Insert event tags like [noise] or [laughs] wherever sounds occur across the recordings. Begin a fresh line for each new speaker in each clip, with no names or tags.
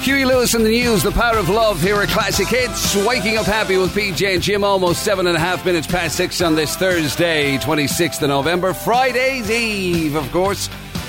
Huey Lewis and the News, The Power of Love here at Classic Hits. Waking up happy with PJ and Jim, almost seven and a half minutes past six on this Thursday, 26th of November, Friday's Eve, of course.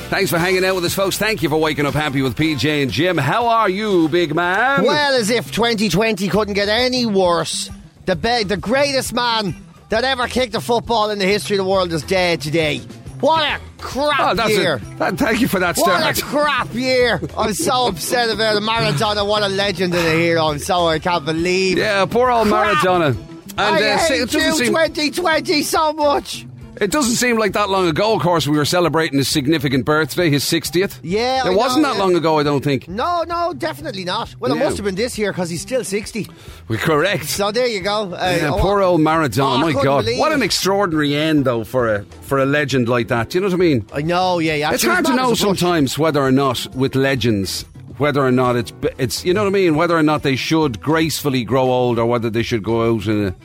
Thanks for hanging out with us, folks. Thank you for waking up happy with PJ and Jim. How are you, big man?
Well, as if 2020 couldn't get any worse. The be- the greatest man that ever kicked a football in the history of the world is dead today. What a
Oh,
crap
that's
year!
it. Th- thank you for that,
What
Stuart.
a crap year! I'm so upset about it. Maradona, what a legend and a hero. I'm so I can't believe.
Yeah, poor old
Crap.
Maradona. And uh,
I
see,
hate you, 2020, so much.
It doesn't seem like that long ago, of course, we were celebrating his significant birthday, his 60th.
Yeah,
It
I
wasn't
know,
that
yeah.
long ago, I don't think.
No, no, definitely not. Well,
No.
it must have been this year because he's still 60.
We're correct.
So there you go. Uh,
yeah,
oh,
poor old Maradona.
Oh, I
my
couldn't
God,
believe
what
it.
an extraordinary end, though, for a for a legend like that. Do you know what I mean?
I know, yeah, yeah.
it's hard to know sometimes whether or not with legends, whether or not it's it's you know what I mean, whether or not they should gracefully grow old or whether they should go out in a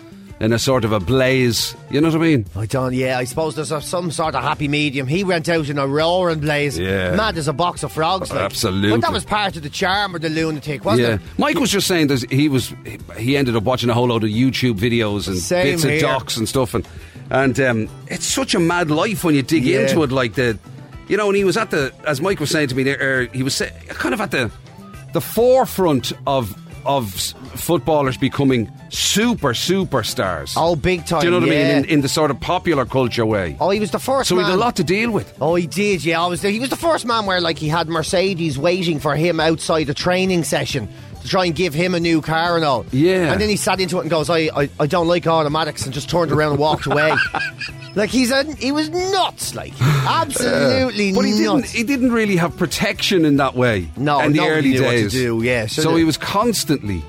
in a sort of a blaze. You know what I mean?
I don't, yeah, I suppose there's a, some sort of happy medium. He went out in a roaring blaze.
Yeah.
Mad as a box of frogs. Like.
Absolutely.
But that was part of the charm of the lunatic, wasn't
yeah,
it?
Mike was just saying that he was he ended up watching a whole load of YouTube videos and
Same
bits of
here.
docs and stuff, and and um, it's such a mad life when you dig
Yeah.
into it like the, you know. And he was at the as Mike was saying to me there, er, he was say, kind of at the the forefront of of s- footballers becoming super superstars.
Oh, big time.
Do you know what I
yeah.
mean? In, in the sort of popular culture way.
oh, he was the first
so he
man.
had a lot to deal with.
Oh, he did. Yeah, I was there. He was the first man where like he had Mercedes waiting for him outside a training session to try and give him a new car and all.
Yeah.
And then he sat into it and goes, "I, I, I don't like automatics," and just turned around and
[laughs]
walked away. like he's a, he was nuts. Like
[sighs]
absolutely
But he didn't.
nuts.
He didn't really have protection in that way.
No,
in the
nobody
early
knew what to
days.
do, yeah,
So,
so the-
he was constantly.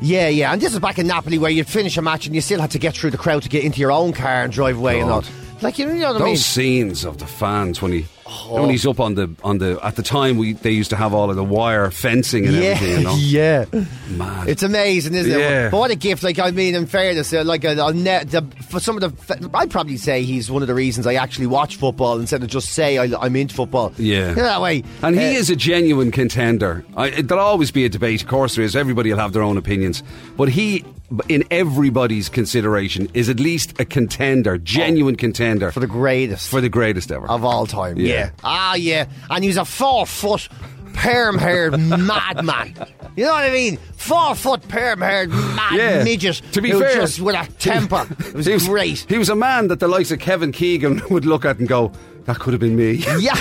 yeah, yeah. And this is back in Napoli where you'd finish a match and you still had to get through the crowd to get into your own car and drive away and all.
God.
Like you know what
Those
I mean? Oh.
scenes of the fans when he. When he's up on the on the at the time we they used to have all of the wire fencing [laughs] and everything. You
Yeah,
know?
[laughs] yeah.
Mad.
It's amazing, isn't
Yeah.
it? But what a gift! Like I mean, in fairness, uh, like a, a net, the, for some of the, I'd probably say he's one of the reasons I actually watch football instead of just say I, I'm into football.
Yeah.
You know, that way.
and he
uh,
is a genuine contender. I, it- there'll always be a debate, of course there is. Everybody will have their own opinions, but he, in everybody's consideration, is at least a contender, genuine contender
for the greatest
for the greatest ever.
of all time.
Yeah.
Yeah. Ah, yeah. And he's a four foot. Perm
[laughs]
haired madman. You know what I mean? Four foot perm haired mad
Yeah.
midget.
To be
who
fair-
just with a
[laughs]
temper. It was,
he
great.
He was a man that the likes of Kevin Keegan [laughs] would look at and go, "That could have been me. [laughs]
yeah.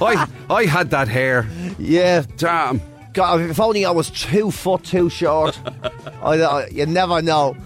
I, I had that hair.
yeah.
Damn."
God, if only I was two foot too
[laughs]
short. I, I, you never know.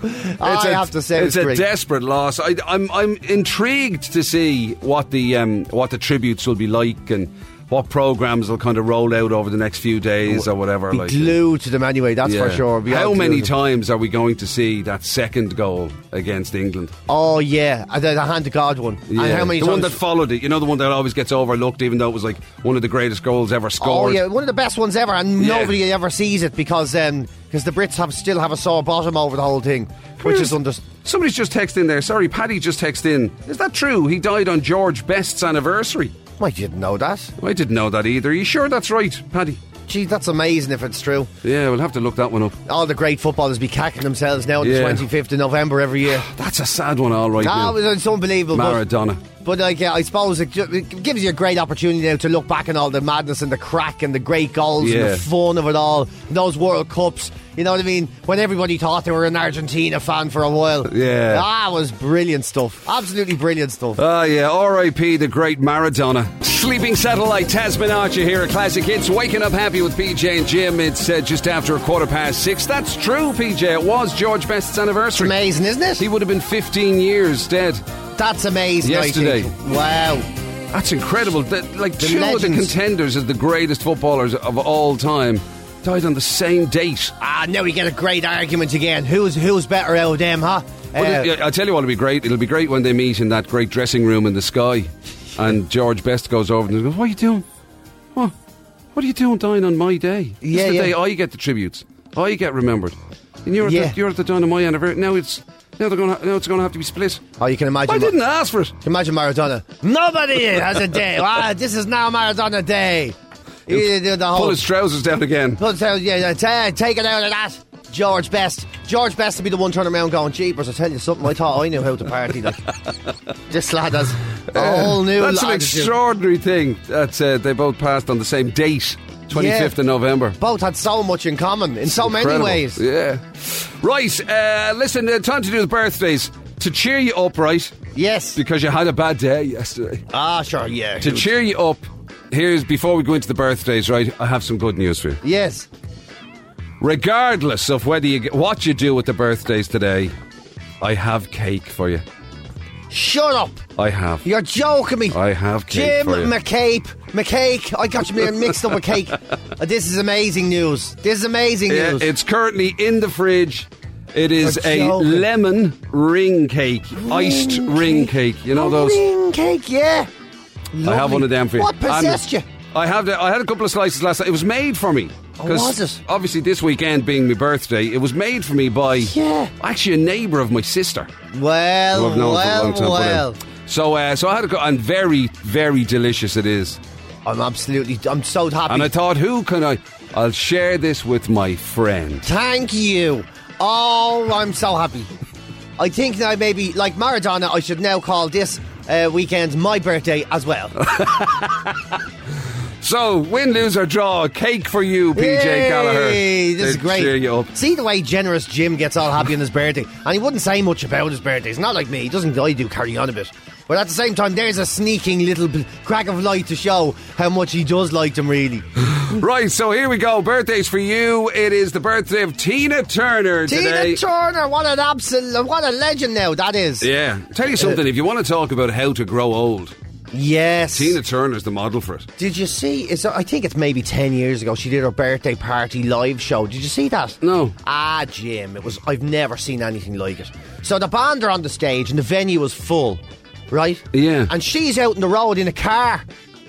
I
a-
have to say,
it's
it's,
a
great.
desperate loss. I, I'm I'm intrigued to see what the um, what the tributes will be like and what programs will kind of roll out over the next few days or whatever.
be
like
glued to them anyway. That's
Yeah.
for sure. Be
How
all
many
glued to them.
times are we going to see that second goal against England?
Oh yeah, and the, the hand to God one. And how many
the
times?
one that followed it. You know, the one that always gets overlooked, even though it was like one of the greatest goals ever
oh
scored.
yeah, one of the best ones ever, and
Yeah.
nobody ever sees it because um, because the Brits have still have a sore bottom over the whole thing, which
here.
is under.
Somebody's just texted in there. Sorry, Paddy just texted in. Is that true? He died on George Best's anniversary.
I didn't know that.
I didn't know that either. Are you sure that's right, Paddy?
Gee, that's amazing if it's true.
Yeah, we'll have to look that one up.
All the great footballers be cacking themselves now on
Yeah.
the 25th of November every year.
That's a sad one, all right.
Ah,
now.
it was- it's unbelievable. but-
Maradona.
But like, yeah, I suppose it, ju- it gives you a great opportunity now to look back on all the madness and the crack and the great goals and
Yeah.
the fun of it all. And those World Cups, you know what I mean? When everybody thought they were an Argentina fan for a while.
Yeah.
That was brilliant stuff. Absolutely brilliant stuff.
Ah, yeah, R.I.P. the great Maradona. Sleeping Satellite, Tasman Archer here at Classic Hits. Waking up happy with PJ and Jim. It's uh, just after a quarter past six. That's true, PJ. It was George Best's anniversary.
amazing, isn't it?
He would have been 15 years dead.
That's amazing. I think.
Yesterday.
Wow.
That's incredible. That, like
The
two of the
legends.
contenders as the greatest footballers of all time died on the same date.
Ah, now we get a great argument again. Who's who's better out of them, huh? Uh,
But it- I'll tell you what'll be great. It'll be great when they meet in that great dressing room in the sky, and George Best goes over and goes, "What are you doing? What? What are you doing dying on my day? This
Yeah,
is the
yeah.
day I get the tributes. I get remembered. And you're at
Yeah.
the, you're at the dawn of my anniversary. Now it's now they're going now it's going to have to be split.
Oh, you can imagine.
I
what-
didn't ask for it. [laughs]
Imagine Maradona. Nobody has a day. Ah, this is now Maradona Day. Yeah, the- the
Pull
whole-
his trousers down again.
But so, yeah, yeah, ta- take it out of that. George Best. George Best to be the one turning around going, Jeepers, I tell you something, I thought I knew how to
[laughs]
party. Like, this lad has a whole new
That's an
attitude.
extraordinary thing that uh, they both passed on the same date, 25th of November.
Both had so much in common in so many
Incredible.
ways.
Yeah. Right, uh, listen, uh, time to do the birthdays. To cheer you up, right?
Yes.
Because you had a bad day yesterday.
Ah, sure, yeah.
To cheer you up, here's before we go into the birthdays, right? I have some good news for you.
Yes.
Regardless of whether you get, what you do with the birthdays today, I have cake for you.
Shut up.
I have.
You're joking me.
I have cake
Jim
for you.
McCabe. McCake. I got you mixed up
[laughs]
with cake. Uh, this is amazing news. This is amazing
Yeah,
news.
it's currently in the fridge. It is
You're
a
joking.
lemon ring cake, iced ring cake. You know
Oh,
those.
Ring cake,
I
yeah.
have
Lovely.
one of them for you.
What possessed
And
you?
I have. The, I had a couple of slices last night. It was made for me.
Oh,
'Cause
was it?
Obviously, this weekend being my birthday, it was made for me by
Yeah.
actually a neighbour of my sister. who
Well,
I've known for a long time,
well,
but, um,
well.
So, uh, so I had a go, and very, very delicious it is.
I'm absolutely, I'm so happy.
And I thought, who can I? I'll share this with my friend.
Thank you. Oh, I'm so
[laughs]
happy. I think now maybe, like Maradona, I should now call this uh, weekend my birthday as well.
So, win, lose or draw, cake for you, PJ
Yay,
Gallagher.
This is
They'd
great.
Cheer you up.
See the way generous Jim gets all happy on his birthday, and he wouldn't say much about his birthday. It's not like me; he doesn't. I do carry on a bit, but at the same time, there's a sneaking little bit- crack of light to show how much he does like them. Really, Mm.
Right, so here we go. Birthdays for you. It is the birthday of Tina Turner [laughs] today.
Tina Turner, what an absolute, what a legend! Now that is.
yeah,
Uh,
tell you something. if you want to talk about how to grow old,
Yes.
Tina Turner's the model for it.
Did you see? Is there, I think it's maybe ten years ago. She did her birthday party live show. Did you see that?
No.
Ah, Jim, it was. I've never seen anything like it. So the band are on the stage and the venue was full, right?
Yeah.
And she's out on the road in a car,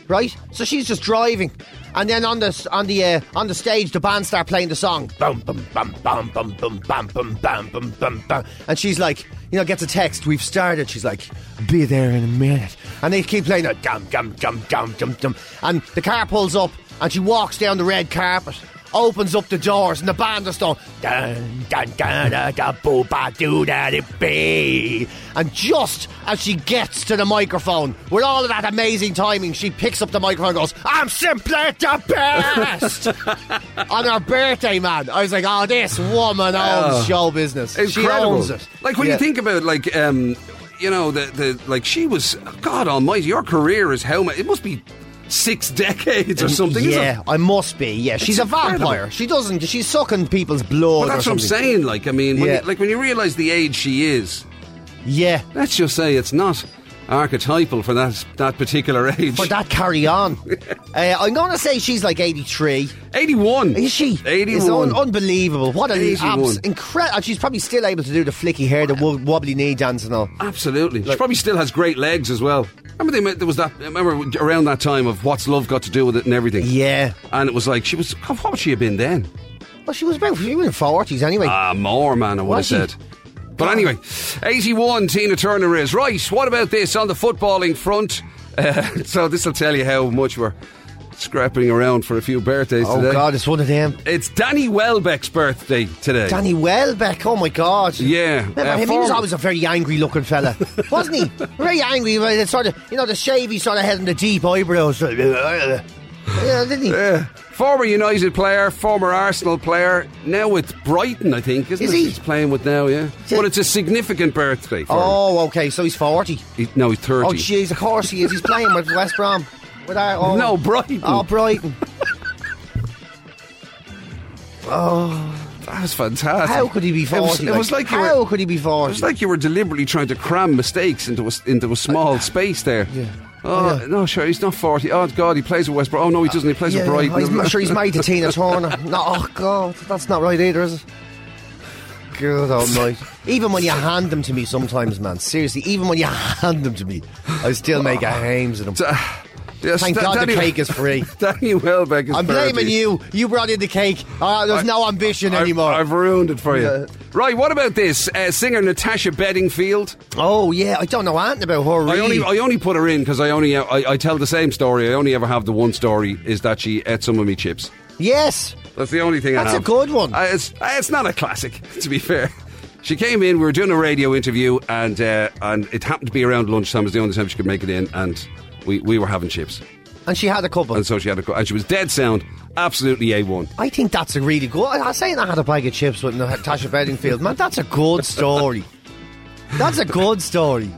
right? So she's just driving, and then on the on the uh, on the stage, the band start playing the song. Bum bum bum bum bum bum bum bum bum bum bum bum. And she's like, you know, gets a text. We've started. She's like, be there in a minute. And they keep playing that dum dum dum dum dum dum. And the car pulls up, and she walks down the red carpet opens up the doors and the band are still dun dun dun da da boo ba doo da di bee. And just as she gets to the microphone, with all of that amazing timing, she picks up the microphone and goes, I'm simply the
[laughs]
best on her birthday, man. I was like, Oh, this woman owns
Oh.
show business.
Incredible.
She owns it.
Like when
Yeah.
you think about, like, um, you know, the the like she was. God Almighty, your career is how much? It must be six [laughs] decades or something. isn't it?
Mm, Yeah, I must be. Yeah, she's a
incredible.
vampire. She doesn't. She's sucking people's blood.
But that's
or
what I'm
something.
saying. Like, I mean, when
Yeah.
you, like when you realise the age she is,
Yeah,
let's just say it's not archetypal for that that particular age.
for that carry on.
[laughs]
uh, I'm gonna say she's like 83.
81.
Is she? It's
81.
un- unbelievable. What an
81.
abs- incredible. She's probably still able to do the flicky hair, the wo- wobbly knee dance and all.
Absolutely. she probably still has great legs as well. Remember they, ma- there was that remember around that time of what's love got to do with it and everything.
Yeah.
And it was like she was God, what would she have been then?
Well, she was about she was in forties anyway.
Ah, more man I would have
Was she?
said. But anyway, 81 Tina Turner is. Right, what about this on the footballing front? [laughs] Uh, so this will tell you how much we're scrapping around for a few birthdays
oh
today.
God, it's one of them.
It's Danny Welbeck's birthday today.
Danny Welbeck. Oh my God.
Yeah,
Remember
uh,
him? He was
former-
always a very angry
[laughs]
looking fella, wasn't he? Very angry. with the Sort of, you know, the shavy sort of head and the deep eyebrows. [laughs] yeah, didn't he?
Yeah. Former United player, former Arsenal player, now with Brighton, I think, isn't
Is
it?
he?
He's playing with now, yeah.
it-
But it's a significant birthday for him.
oh, okay. So he's forty.
He- no, he's 30.
Oh, jeez, of course he is. He's playing with West Brom. With our, oh,
No, Brighton.
Oh, Brighton.
That was fantastic.
How could he be
It was,
40?
it was like, you
how
were,
could he be
it
40?
was like you were deliberately trying to cram mistakes into a, s- into a small space there.
Uh, yeah.
Oh,
Yeah. Uh,
no, sure, he's not 40. Oh, God, he plays with West Brom. Oh, no, he doesn't. He plays
yeah,
with Brighton.
he's, I'm sure he's married to Tina Turner. No, oh God, that's not right either, is it? Good almighty. Even when you hand them to me sometimes, man, seriously, even when you hand them to me, I still make a hames of them.
[sighs] Yes,
Thank
Da-
God the
Danny- [laughs]
cake is free.
Danny Welbeck is
I'm
30.
blaming you. You brought in the cake. Uh, there's
I-
no ambition
I've-
anymore.
I've ruined it for you. Right, what about this? Uh, singer Natasha Bedingfield.
Oh yeah, I don't know anything about her. Really.
I only I only put her in because I only uh, I, I tell the same story. I only ever have the one story is that she ate some of me chips.
yes.
That's the only thing I
That's a
have.
good one.
Uh, it's, uh, it's not a classic, [laughs] to be fair. She came in, we were doing a radio interview, and uh, and it happened to be around lunchtime. It was the only time she could make it in, and we, we were having chips.
And she had a couple.
And so she had a. co- And she was dead sound, absolutely A1.
I think that's a really good. I- I'm saying I had a bag of chips with Natasha Bedingfield. Man, that's a good story. That's a good story.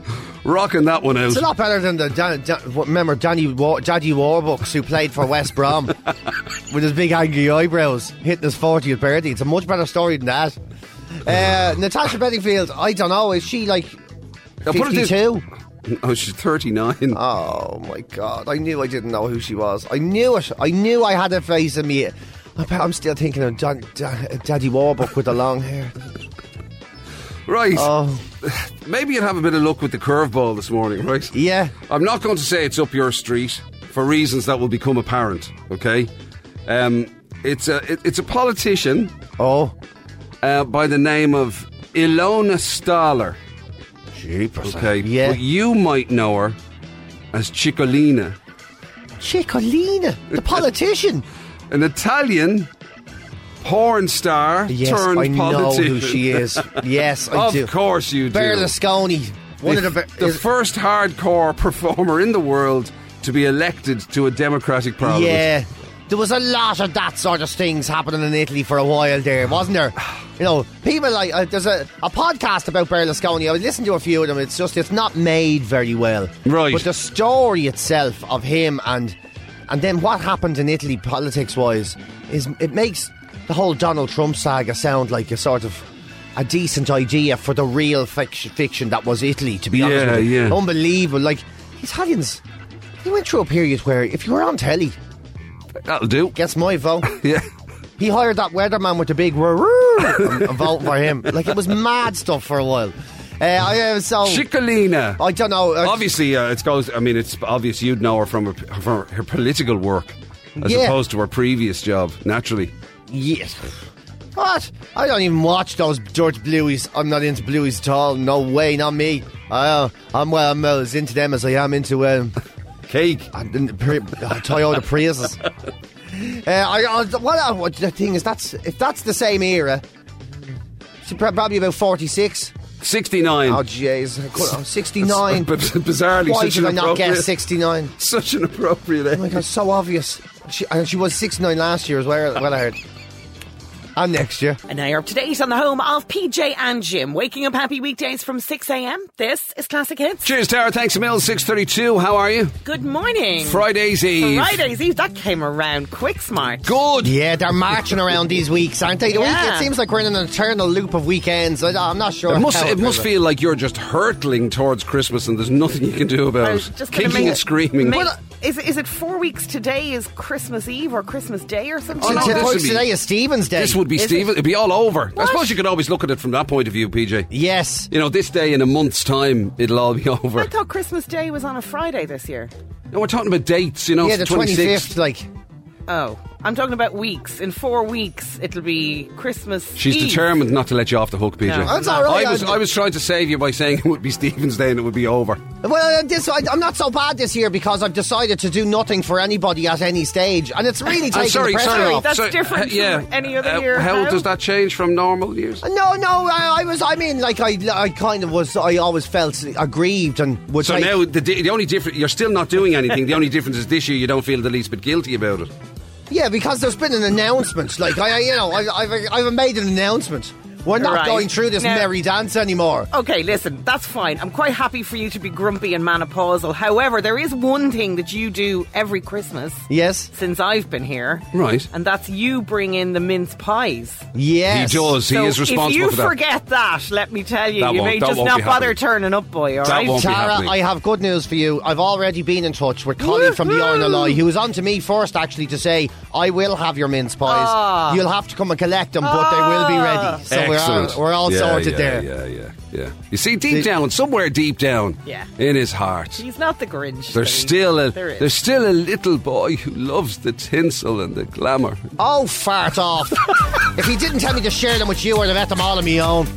Rocking that one out.
It's a lot better than the Dan, Dan, what- remember Danny War, Daddy Warbucks who played for West Brom with his big angry eyebrows hitting his 40th birthday. It's a much better story than that. Uh, Natasha Bedingfield, I don't know, is she like
Now, put it this-
52?
[laughs] Oh, she's 39.
Oh my god! I knew I didn't know who she was. I knew it. I knew I had a face in me. I bet I'm still thinking of Dan, Dan, Daddy Warbuck with the long hair.
right.
Oh
Maybe you'd have a bit of luck with the curveball this morning, right?
yeah.
I'm not going to say it's up your street for reasons that will become apparent, okay? Um, it's, a, it, it's a politician
Oh,
uh, by the name of Ilona Staller.
jeepers.
Okay,
Yeah.
but you might know her as Ciccolina,
Chicolina, [laughs] the politician.
an Italian porn star
yes,
turned
I know
politician.
who she is. [laughs] Yes, I
of
do.
course you do.
Berlusconi, one
the,
of the,
f-
be-
the
is-
first hardcore [laughs] performer in the world to be elected to a democratic parliament.
Yeah. There was a lot of that sort of things happening in Italy for a while there, wasn't there? [sighs] You know, people like uh, there's a, a podcast about Berlusconi. I listened to a few of them. It's just it's not made very well,
Right.
But the story itself of him and and then what happened in Italy politics wise is it makes the whole Donald Trump saga sound like a sort of a decent idea for the real fic- fiction that was Italy. To be honest,
Yeah,
with you.
yeah.
unbelievable. Like Italians, he went through a period where if you were on telly.
That'll do.
Gets my vote.
Yeah.
He hired that weatherman with the big roo I'm, I'm voting for him. Like it was mad stuff for a while. Uh, I am so
Ciccolina.
I don't know. uh,
Obviously, uh, it goes. I mean, it's obvious you'd know her from her, from her political work, as
Yeah.
opposed to her previous job. Naturally,
yes. What? I don't even watch those George Blueys. I'm not into Blueys at all. No way, not me. I, uh, I'm well. I'm as into them as I am into um,
cake.
uh, Pri- uh, Toyota Priuses. Uh, I, I, what, I- what the thing is that's if that's the same era, she's prob- probably about forty six.
69.
Oh jeez, I could- I'm 69.
But [laughs] bizarrely,
Why
such
did
an
I not
appropriate-
guess 69?
[laughs] Such an appropriate
Oh my
age.
god, so obvious. She, and she was 69 last year as well. Well, I heard. And next year.
And now you're up to date on the home of PJ and Jim. Waking up happy weekdays from 6 a.m. This is Classic Hits.
Cheers, Tara. Thanks a mil. 632. How are you?
Good morning.
Friday's Eve.
Friday's Eve. That came around quick smart.
Good.
Yeah, they're marching around these weeks, aren't they? The week,
Yeah.
it seems like we're in an eternal loop of weekends. I, am not sure.
It must,
how
it must feel like you're just hurtling towards Christmas and there's nothing you can do
I
about
was
it.
just gonna
Kicking
make-
and screaming.
make- is, is it four weeks today is Christmas Eve or Christmas Day or something?
Oh, no,
Today-
this would be-
today is Stephen's Day.
this would be
Is it?
Stephen. It'd be all over. I suppose you could always look at it from that point of view, PJ.
Yes.
You know, this day in a month's time, it'll all be [laughs]
I
over.
thought Christmas Day was on a Friday this year.
No, we're talking about dates, you know,
Yeah, the
it's 26th.
25th, like.
Oh, I'm talking about weeks. In four weeks, it'll be Christmas.
She's
Eve.
determined not to let you off the hook, PJ.
No.
That's all right,
I was,
I-
I was trying to save you by saying it would be Stephen's Day and it would be over.
Well, uh, this I, I'm not so bad this year because I've decided to do nothing for anybody at any stage, and it's really
[laughs]
taking
I'm sorry,
the pressure
sorry.
off.
That's
sorry,
different
uh, yeah.
from any other
Uh,
year.
How,
How?
does that change from normal years?
No, no, I, I was. I mean, like I, I kind of was. I always felt aggrieved and would.
So
take-
now the, di- the only difference you're still not doing anything. the only difference is this year you don't feel the least bit guilty about it.
yeah, because there's been an announcement. Like I, I- you know, I, I've, I've made an announcement. We're not
Right.
going through this
Now-
merry dance anymore.
Okay, listen, that's fine. I'm quite happy for you to be grumpy and menopausal. However, there is one thing that you do every Christmas
Yes,
since I've been here.
Right.
And that's you bring in the mince pies.
yes.
He does.
So
he is
If
responsible
you
for that.
forget that, let me tell you,
That
you
won't-
may
that
just
won't
not
be
bother
happening.
turning up, boy, all
That
right?
won't be
Tara,
happening.
I have good news for you. I've already been in touch with Colin from the
Woohoo!
Ornalloy, who was on to me first actually to say, I will have your mince pies. You'll have to come and collect them, but they will be ready. So
Excellent.
We're all, we're all
Yeah,
sorted
yeah,
there.
Yeah, yeah, yeah. You see, deep down, somewhere deep down,
Yeah.
in his heart,
He's not the Grinch.
there's
Dave.
still a
There is.
there's still a little boy who loves the tinsel and the glamour.
Oh,
[laughs]
fart off. if he didn't tell me to share them with you, I'd have had them all on my own.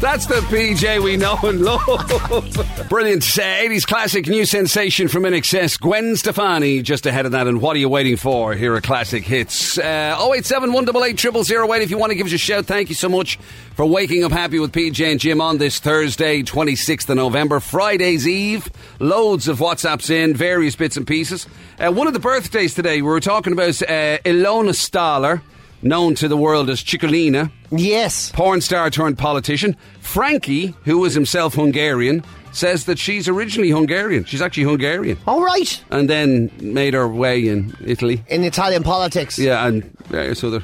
That's the PJ we know and love. Brilliant. Uh, 80s classic new sensation from NXS. Gwen Stefani just ahead of that. And what are you waiting for? Here are classic hits. Uh, 087 188 0008 if you want to give us a shout. Thank you so much for waking up happy with PJ and Jim on this Thursday, 26th of November, Friday's Eve. Loads of WhatsApps in, various bits and pieces. Uh, one of the birthdays today, we were talking about uh, Ilona Staller, known to the world as Chicolina
Yes.
porn star turned politician. Frankie, who is himself Hungarian, says that she's originally Hungarian. She's actually Hungarian.
All right.
And then made her way in Italy.
In Italian politics.
Yeah, and uh, various other.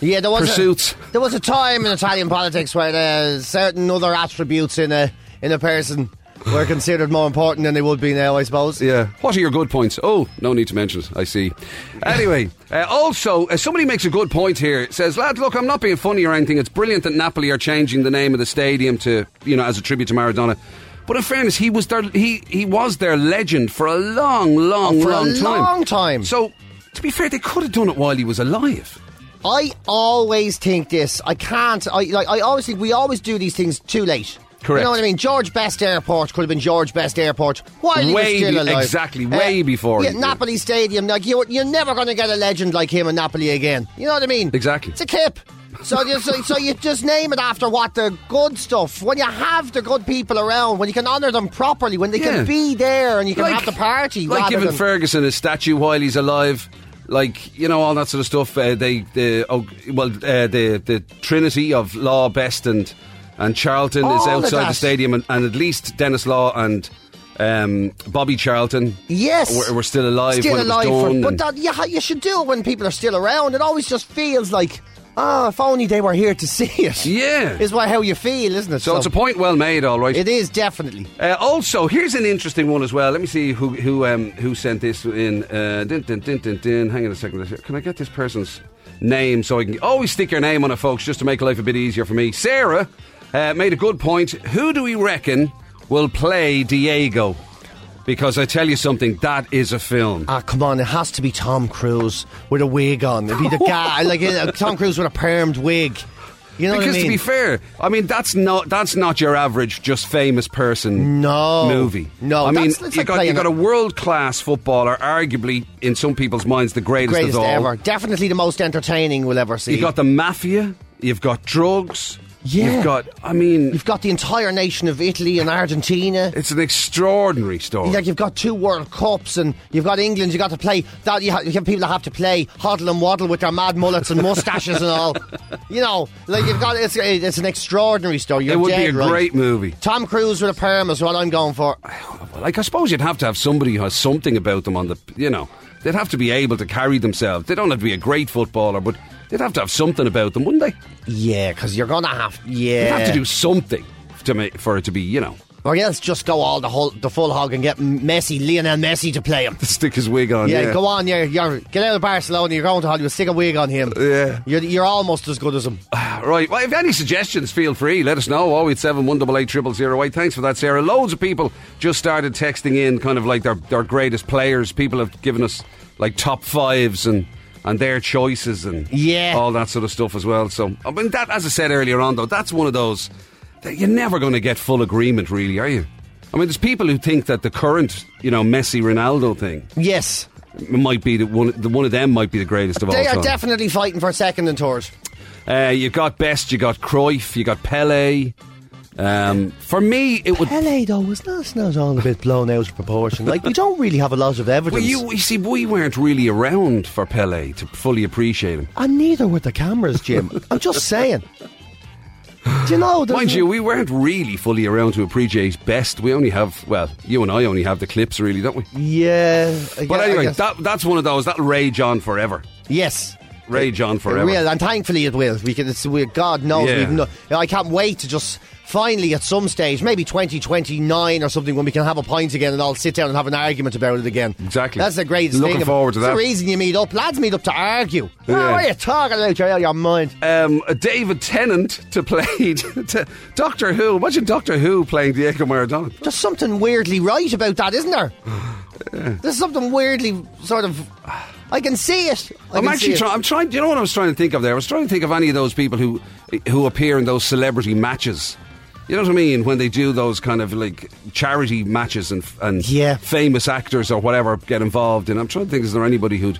Yeah, there was
Pursuits.
A, there was a time in Italian politics where uh, certain other attributes in a in a person were considered more important than they would be now, I suppose.
Yeah. What are your good points? Oh, no need to mention it. I see.
[laughs]
Anyway, uh, also, uh, somebody makes a good point here. It says, lad, look, I'm not being funny or anything. It's brilliant that Napoli are changing the name of the stadium to, you know, as a tribute to Maradona. But in fairness, he was their he he was their legend for a long, long,
Oh, for a
long time.
long time.
So, to be fair, they could have done it while he was alive.
I always think this. I can't. I like. I always think we always do these things too late.
Correct.
You know what I mean? George Best Airport could have been George Best Airport while he was
Way
still
be-
alive. Eh,
exactly, way before
Yeah,
he-
Napoli Stadium. Like you, you're never going to get a legend like him in Napoli again. You know what I mean?
Exactly.
It's a kip. So, you- so, so you just name it after what the good stuff. When you have the good people around, when you can honour them properly, when they
Yeah.
can be there and you can have the party.
like
rather
giving
than,
Ferguson a statue while he's alive. Like you know all that sort of stuff. Uh, they the oh, well uh, the the trinity of Law, Best, and and Charlton is
All of
outside the
that.
stadium, and, and at least Dennis Law and um, Bobby Charlton.
Yes.
were, were still alive.
still
when
alive
It was
for,
done,
but
and-
that you, ha- you should do it when people are still around it always just feels like ah if only they were here to [laughs] see it
Yeah.
is why how you feel isn't it
so it's a point well made. All right.
it is definitely
Uh, also, here's an interesting one as well. Let me see who who um, who sent this in. Uh, din, din, din, din, din. Hang on a second. Can I get this person's name so I can always stick your name on it, folks, just to make life a bit easier for me? Sarah uh, made a good point. Who do we reckon will play Diego? Because I tell you something, that is a film.
ah come on it has to be Tom Cruise with a wig on it'd be
[laughs]
the guy like uh, Tom Cruise with a permed wig you know
because
what I mean
to be fair, I mean that's not that's not your average just famous person
No.
movie.
No,
I mean
that's- that's
you
like
got you
playing
got
a-
a world class footballer, arguably in some people's minds the greatest,
greatest
of all.
ever definitely the most entertaining we'll ever see
You got the mafia. You've got drugs.
Yeah.
You've got. I mean,
you've got the entire nation of Italy and Argentina
it's an extraordinary story.
Like you've got two World Cups and you've got England. You got to play that. You, ha- you have people that have to play huddle and waddle with their mad mullets and mustaches and
[laughs]
all. You know, like you've got it's it's an extraordinary story. You're
it would be
dead
a
right.
great movie.
Tom Cruise with a perm is what I'm going for.
Like I suppose you'd have to have somebody who has something about them on the. You know, they'd have to be able to carry themselves. They don't have to be a great footballer, but they'd have to have something about them, wouldn't they?
Yeah, because you're gonna have
They'd
yeah.
have to do something to make for it to be. You know, [laughs]
or else just go all the whole the full hog and get Messi, Lionel Messi to play him.
stick his wig on.
Yeah, go on, you're, you're get out of Barcelona. You're going to Hollywood. Stick a wig on him.
Yeah.
you're, you're almost as good
[laughs]
as him.
Ah, Right. Well, if any suggestions, feel free. Let us know. 087 188 0008. Thanks for that, Sarah. Loads of people just started texting in, kind of like their, their greatest players. People have given us like top fives and. And their choices and
Yeah.
all that sort of stuff as well. So, I mean, that, as I said earlier on, though, that's one of those that you're never going to get full agreement, really, are you? I mean, there's people who think that the current, you know, Messi Ronaldo thing
Yes,
might be the one, the, one of them might be the greatest of all
they
time.
are definitely fighting for second and third.
Uh, you got Best, you got Cruyff, you got Pele. Um, for me, it would.
LA though was not not all a bit blown out of proportion. Like we don't really have a lot of
Well,
evidence,
you, you see, we weren't really around for Pele to fully appreciate him.
and neither were the cameras, Jim. I'm just saying. Do you know? there's-
Mind you, we weren't really fully around to appreciate Best. We only have, well, you and I only have the clips, really, don't we?
yeah. I
But
guess- I
anyway,
guess-
that, that's one of those that'll rage on forever.
yes.
rage on
It
forever.
will, and thankfully it will. We can. It's, we, God knows.
Yeah.
We've no, I can't wait to just finally at some stage, maybe twenty twenty nine or something, when we can have a pint again and I'll sit down and have an argument about it again.
Exactly.
That's the greatest
Looking
thing.
forward to
It's
that.
The reason you meet up, lads, meet up to argue.
Yeah.
What are you talking about? You're out of your mind.
Um, David Tennant to play [laughs] to Doctor Who. Imagine Doctor Who playing Diego Maradona.
There's something weirdly right about that,
[sighs]
isn't there? There's something weirdly sort of. I can see it. I
I'm
can see
actually
it.
trying. I'm trying. You know what I was trying to think of there? I was trying to think of any of those people who who appear in those celebrity matches. You know what I mean? When they do those kind of like charity matches and and
Yeah.
famous actors or whatever get involved. And I'm trying to think: is there anybody who'd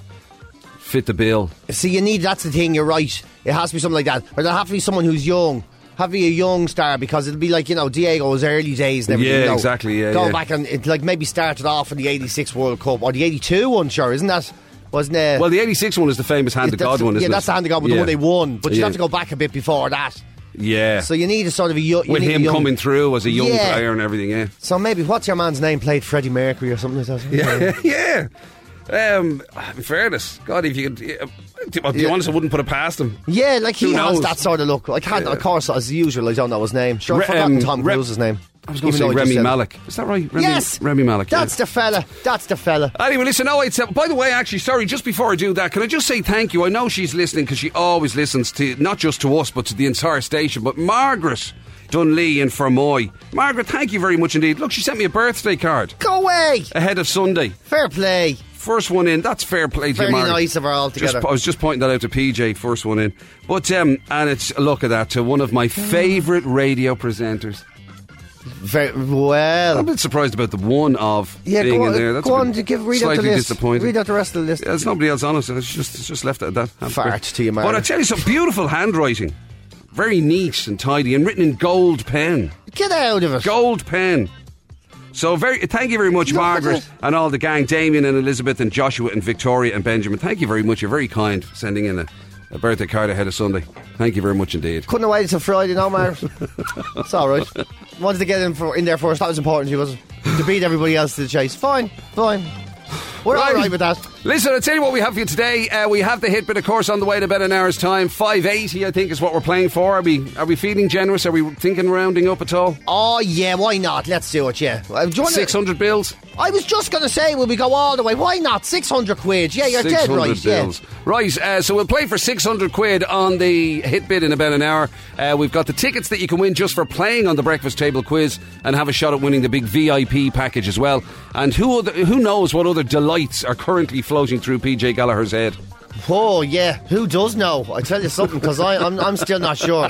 fit the bill?
See, you need that's the thing. You're right. It has to be something like that, or there have to be someone who's young. Have to be a young star because it'll be like you know Diego's early days. And everything,
Yeah,
you know.
exactly, yeah,
go
yeah.
back and it, like maybe started off in the '86 World Cup or the '82 one, sure, isn't that? Wasn't it?
Well, the '86 one is the famous hand of
That's-
God one,
Yeah,
isn't it?
that's the hand of God with the
Yeah.
one they won, but you
Yeah.
have to go back a bit before that.
Yeah.
So you need a sort of a yo- you
with
need a
him
young.
coming through as a young
Yeah.
player and everything, yeah. [laughs]
So maybe what's your man's name played Freddie Mercury or something like that?
yeah. Um, in fairness, God, if you could, yeah, to to be honest, I wouldn't put it past him.
[laughs] Yeah, like
Who
he has
knows?
that sort of look. I can't, of course, as usual, I don't know his name. Sure,
Re-
I've forgotten
um,
Tom
Re-
Cruise's name.
I was going to say
Even though just
Remy
said it.
Malik. Is that right? Remy,
yes,
Remy Malik. yeah.
That's the fella. That's the fella.
Anyway, listen, 087. By the way, actually, sorry, just before I do that, can I just say thank you? I know she's listening because she always listens to not just to us, but to the entire station. But Margaret Dunlee in Fermoy. Margaret, thank you very much indeed. Look, she sent me a birthday card
Go away.
ahead of Sunday.
Fair play.
First one in. That's fair play to
Very
you, Margaret.
nice of her altogether.
Just, I was just pointing that out to PJ. First one in. But um, and it's look at that to one of my favourite radio presenters.
Very
I'm a
well.
bit surprised about the one of
Yeah,
being
go
in
on,
there. That's
go
a bit
on to give read out
slightly
the list.
disappointing.
Read out the rest of the list.
Yeah, There's nobody else on it. so It's just, it's just left at that. I'm
Fart
sorry.
to you, Margaret.
But I tell you, some beautiful handwriting, very neat and tidy, and written in gold pen.
Get out of it.
Gold pen. So very, thank you very much,
Look at
Margaret
it.
and all the gang, Damien and Elizabeth and Joshua and Victoria and Benjamin. Thank you very much. You're very kind for sending in a, a birthday card ahead of Sunday. Thank you very much indeed.
Couldn't have waited till Friday,
[laughs]
no matter. it's all right. Wanted to get in for in there first. That was important to you, was it? To beat everybody else to the chase. Fine, fine. We're all right with that.
Listen, I'll tell you what we have for you today. Uh, we have the hit bit, of course, on the way to bed an hour's time. 580, I think, is what we're playing for. Are we are we feeling generous? Are we thinking rounding up at all?
Oh yeah, why not? Let's do it. Yeah. Uh, do you wanna-
600 bills?
I was just going to say, will we go all the way? Why not? 600 quid. Yeah, you're dead
600
right.
bills.
Yeah.
Right, uh, so we'll play for 600 quid on the hit bid in about an hour. Uh, we've got the tickets that you can win just for playing on the breakfast table quiz and have a shot at winning the big VIP package as well. And who other, who knows what other delights are currently floating through PJ Gallagher's head?
Oh, yeah. Who does know? I tell you something, because I'm, I'm still not sure.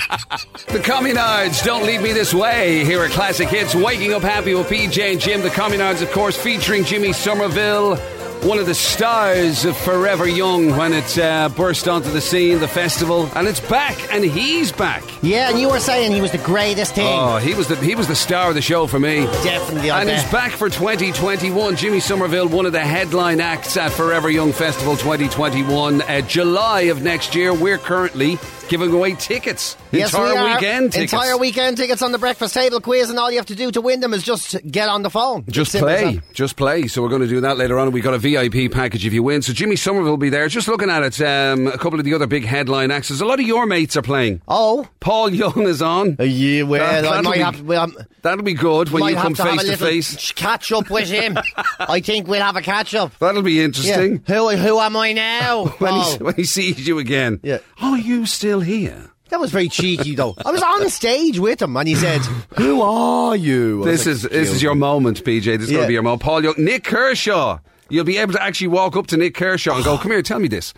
The Communards, Don't Leave Me This Way, here at Classic Hits. Waking Up Happy with PJ and Jim. The Communards, of course, featuring Jimmy Somerville, one of the stars of Forever Young when it uh, burst onto the scene, the festival. And it's back, and he's back.
Yeah, and you were saying he was the greatest thing.
Oh, he was the he was the star of the show for me.
Definitely, I
And he's
bet.
back for 2021. Jimmy Somerville, one of the headline acts at Forever Young Festival 2021, uh, July of next year. We're currently giving away tickets,
Yes,
entire
we are.
weekend tickets.
Entire weekend tickets on the breakfast table quiz, and all you have to do to win them is just get on the phone.
Just
Simple as
play,
that.
just play. So we're going to do that later on. We've got a VIP package if you win. So Jimmy Somerville will be there. Just looking at it, um, a couple of the other big headline acts. A lot of your mates are playing.
Oh.
Paul Young is on.
Yeah, well,
That-
I might
that'll
have,
be-
well, I'm-
That'll be good when
might
you come
have
face
to have a
to
little
face.
catch up with
[laughs]
him. I think we'll have a catch up.
That'll be
Yeah.
interesting.
Who, who am I now?
[laughs] When,
Oh.
he, when he sees you again,
Yeah.
are you still here?
That was very cheeky, though. I was on stage with him, and
[laughs]
he said, "Who are you?" I was
This
like,
is this is
"You."
your moment, PJ. This is going
Yeah.
to be your moment. Paul Young, Nick Kershaw. You'll be able to actually walk up to Nick Kershaw and go, "Come here, tell me this.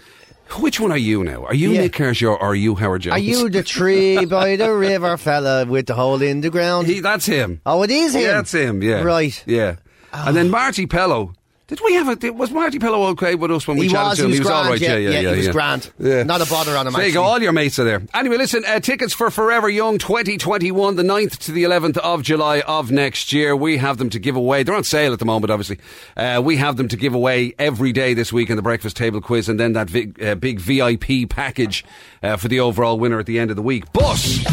Which one are you now? Are you
Yeah.
Nick Kershaw or are you Howard Jones?"
Are you the tree by the river, fella, with the hole in the ground?
He, that's him.
oh, it is him.
Yeah, that's him. Yeah,
Right. Oh.
Yeah, and then Marty Pello. Did we have a? did- Was Marty Pello okay with us when we
He
chatted
was,
to him?
he was
all right.
grand,
Yeah,
yeah,
yeah,
yeah,
yeah.
he was
yeah.
grand.
Yeah.
Not a bother on him,
There you go.
actually.
All your mates are there. Anyway, listen. Uh, tickets for Forever Young 2021, the 9th to the 11th of July of next year. We have them to give away. They're on sale at the moment, obviously. Uh, we have them to give away every day this week in the breakfast table quiz, and then that vi- uh, big VIP package uh, for the overall winner at the end of the week. But.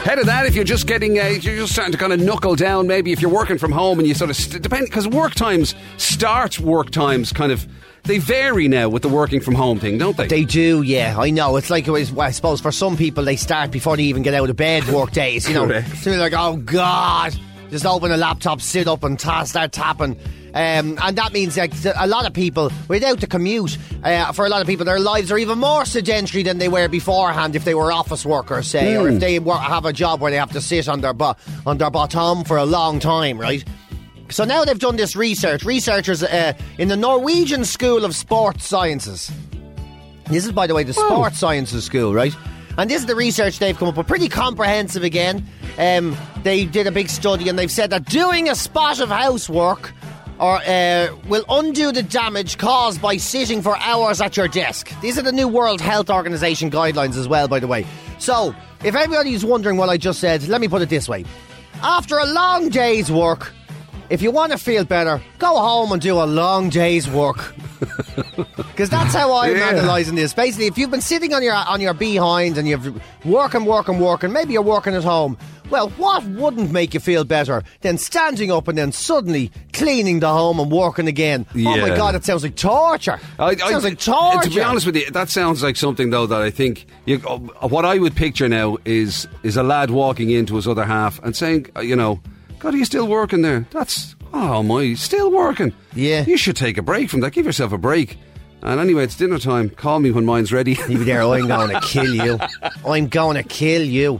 Ahead of that, if you're just getting, uh, if you're just starting to kind of knuckle down. Maybe if you're working from home and you sort of st- depend because work times start work times kind of They vary now with the working from home thing, don't they?
They do, yeah. I know. It's like it was, I suppose for some people they start before they even get out of bed. Work days, you know.
Correct.
So you're like, oh god, just open a laptop, sit up, and ta- start tapping. Um, and that means like th- a lot of people without the commute. Uh, for a lot of people, their lives are even more sedentary than they were beforehand if they were office workers, say, or if they were, have a job where they have to sit on their bu- on their bottom for a long time, right? So now they've done this research. Researchers uh, in the Norwegian School of Sports Sciences. This is, by the way, the Sports Sciences School, right? And this is the research they've come up with. Pretty comprehensive again. Um, they did a big study and they've said that doing a spot of housework or, uh, will undo the damage caused by sitting for hours at your desk. These are the new World Health Organization guidelines as well, by the way. So, if everybody's wondering what I just said, let me put it this way. After a long day's work, if you want to feel better, go home and do a long day's work. Because that's how I'm
Yeah.
analysing this. Basically, if you've been sitting on your on your behind and you've working, working, working, maybe you're working at home. Well, what wouldn't make you feel better than standing up and then suddenly cleaning the home and working again? Oh my
Yeah.
god, it sounds like torture. it sounds like torture.
To be honest with you, that sounds like something though that I think you, uh, what I would picture now is is a lad walking into his other half and saying, uh, you know, God, are you still working there? That's oh my, still working.
Yeah.
you should take a break from that. Give yourself a break. And anyway, it's dinner time. Call me when mine's ready. [laughs]
You be there, I'm going to kill you. I'm going to kill you.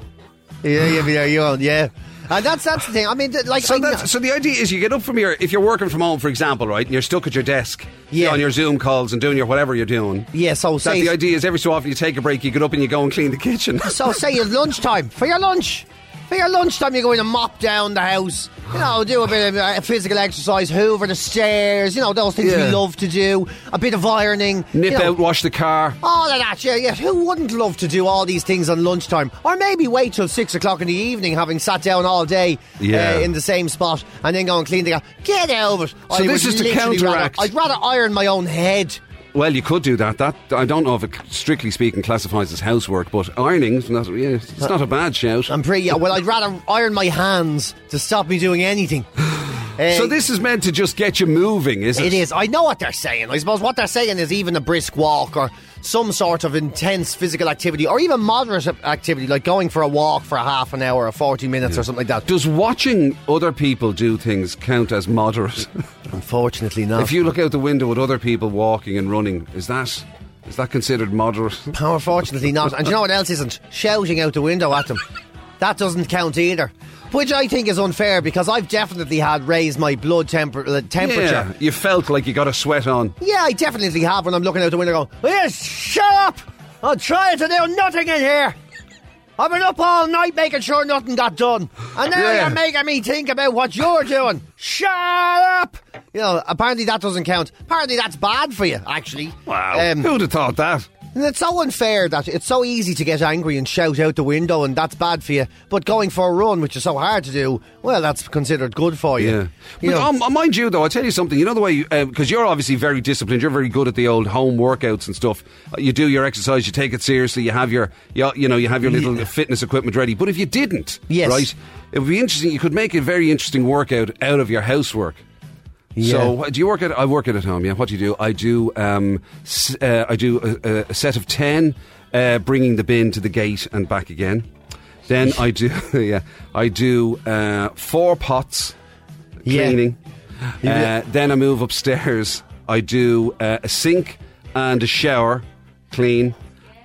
Yeah, you be there, you are, yeah. And that's that's the thing. I mean, th- like, I
So,
know-
that's, so the idea is you get up from your if you're working from home, for example, right, and you're stuck at your desk,
Yeah.
on your Zoom calls and doing your whatever you're doing.
yeah. So
That
say
the idea is every so often you take a break, you get up and you go and clean the kitchen.
So [laughs] say it's lunchtime for your lunch. For your lunchtime, you're going to mop down the house. You know, do a bit of uh, physical exercise, hoover the stairs. You know those things
Yeah.
we love to do. A bit of ironing.
Nip
you know,
out, wash the car.
All of that, yeah, yeah. Who wouldn't love to do all these things on lunchtime? Or maybe wait till six o'clock in the evening, having sat down all day
Yeah.
uh, in the same spot, and then go and clean the house. Get over it.
So this
would
is to
literally
counteract-
Rather, I'd rather iron my own head.
Well, you could do that. That I don't know if it strictly speaking classifies as housework, but ironing, not, yeah, it's not a bad shout.
I'm pretty. yeah, Well, I'd rather iron my hands to stop me
[gasps]
doing anything. Uh,
so this is meant to just get you moving, is it?
It is. I know what they're saying. I suppose what they're saying is even a brisk walk or some sort of intense physical activity or even moderate activity, like going for a walk for a half an hour or 40 minutes or something like that.
Does watching other people do things count as moderate? [laughs]
Unfortunately, not.
if you look out the window at other people walking and running, is that is that considered moderate?
Unfortunately, not. And do you know what else isn't? Shouting out the window at them. That doesn't count either. Which I think is unfair because I've definitely had raised my blood temper- uh, temperature.
Yeah, you felt like you got a sweat on.
Yeah, I definitely have when I'm looking out the window going, Yes, shut up! I'm trying to do nothing in here! I've been up all night making sure nothing got done. And now
Yeah.
you're making me think about what you're doing. Shut up! You know, apparently that doesn't count. Apparently that's bad for you, actually.
Wow,
Um,
who'd have thought that?
and it's so unfair that it's so easy to get angry and shout out the window, and that's bad for you. But going for a run, which is so hard to do, well, that's considered good for you.
Yeah.
You
But,
know.
um, mind you, though, I'll tell you something. You know the way, because you're obviously very disciplined, you're very good at the old home workouts and stuff. Uh, You do your exercise, you take it seriously, you have your, you, you know, you have your little fitness equipment ready. But if you didn't,
Yes.
right, it would be interesting. You could make a very interesting workout out of your housework. So,
Yeah.
what- do you work at? I work at at home. Yeah. What do you do? I do. Um, s- uh, I do a, a set of ten, uh, bringing the bin to the gate and back again. Then I do. [laughs] Yeah. I do uh, four pots
Yeah.
cleaning. Uh, then I move upstairs. I do uh, a sink and a shower, clean,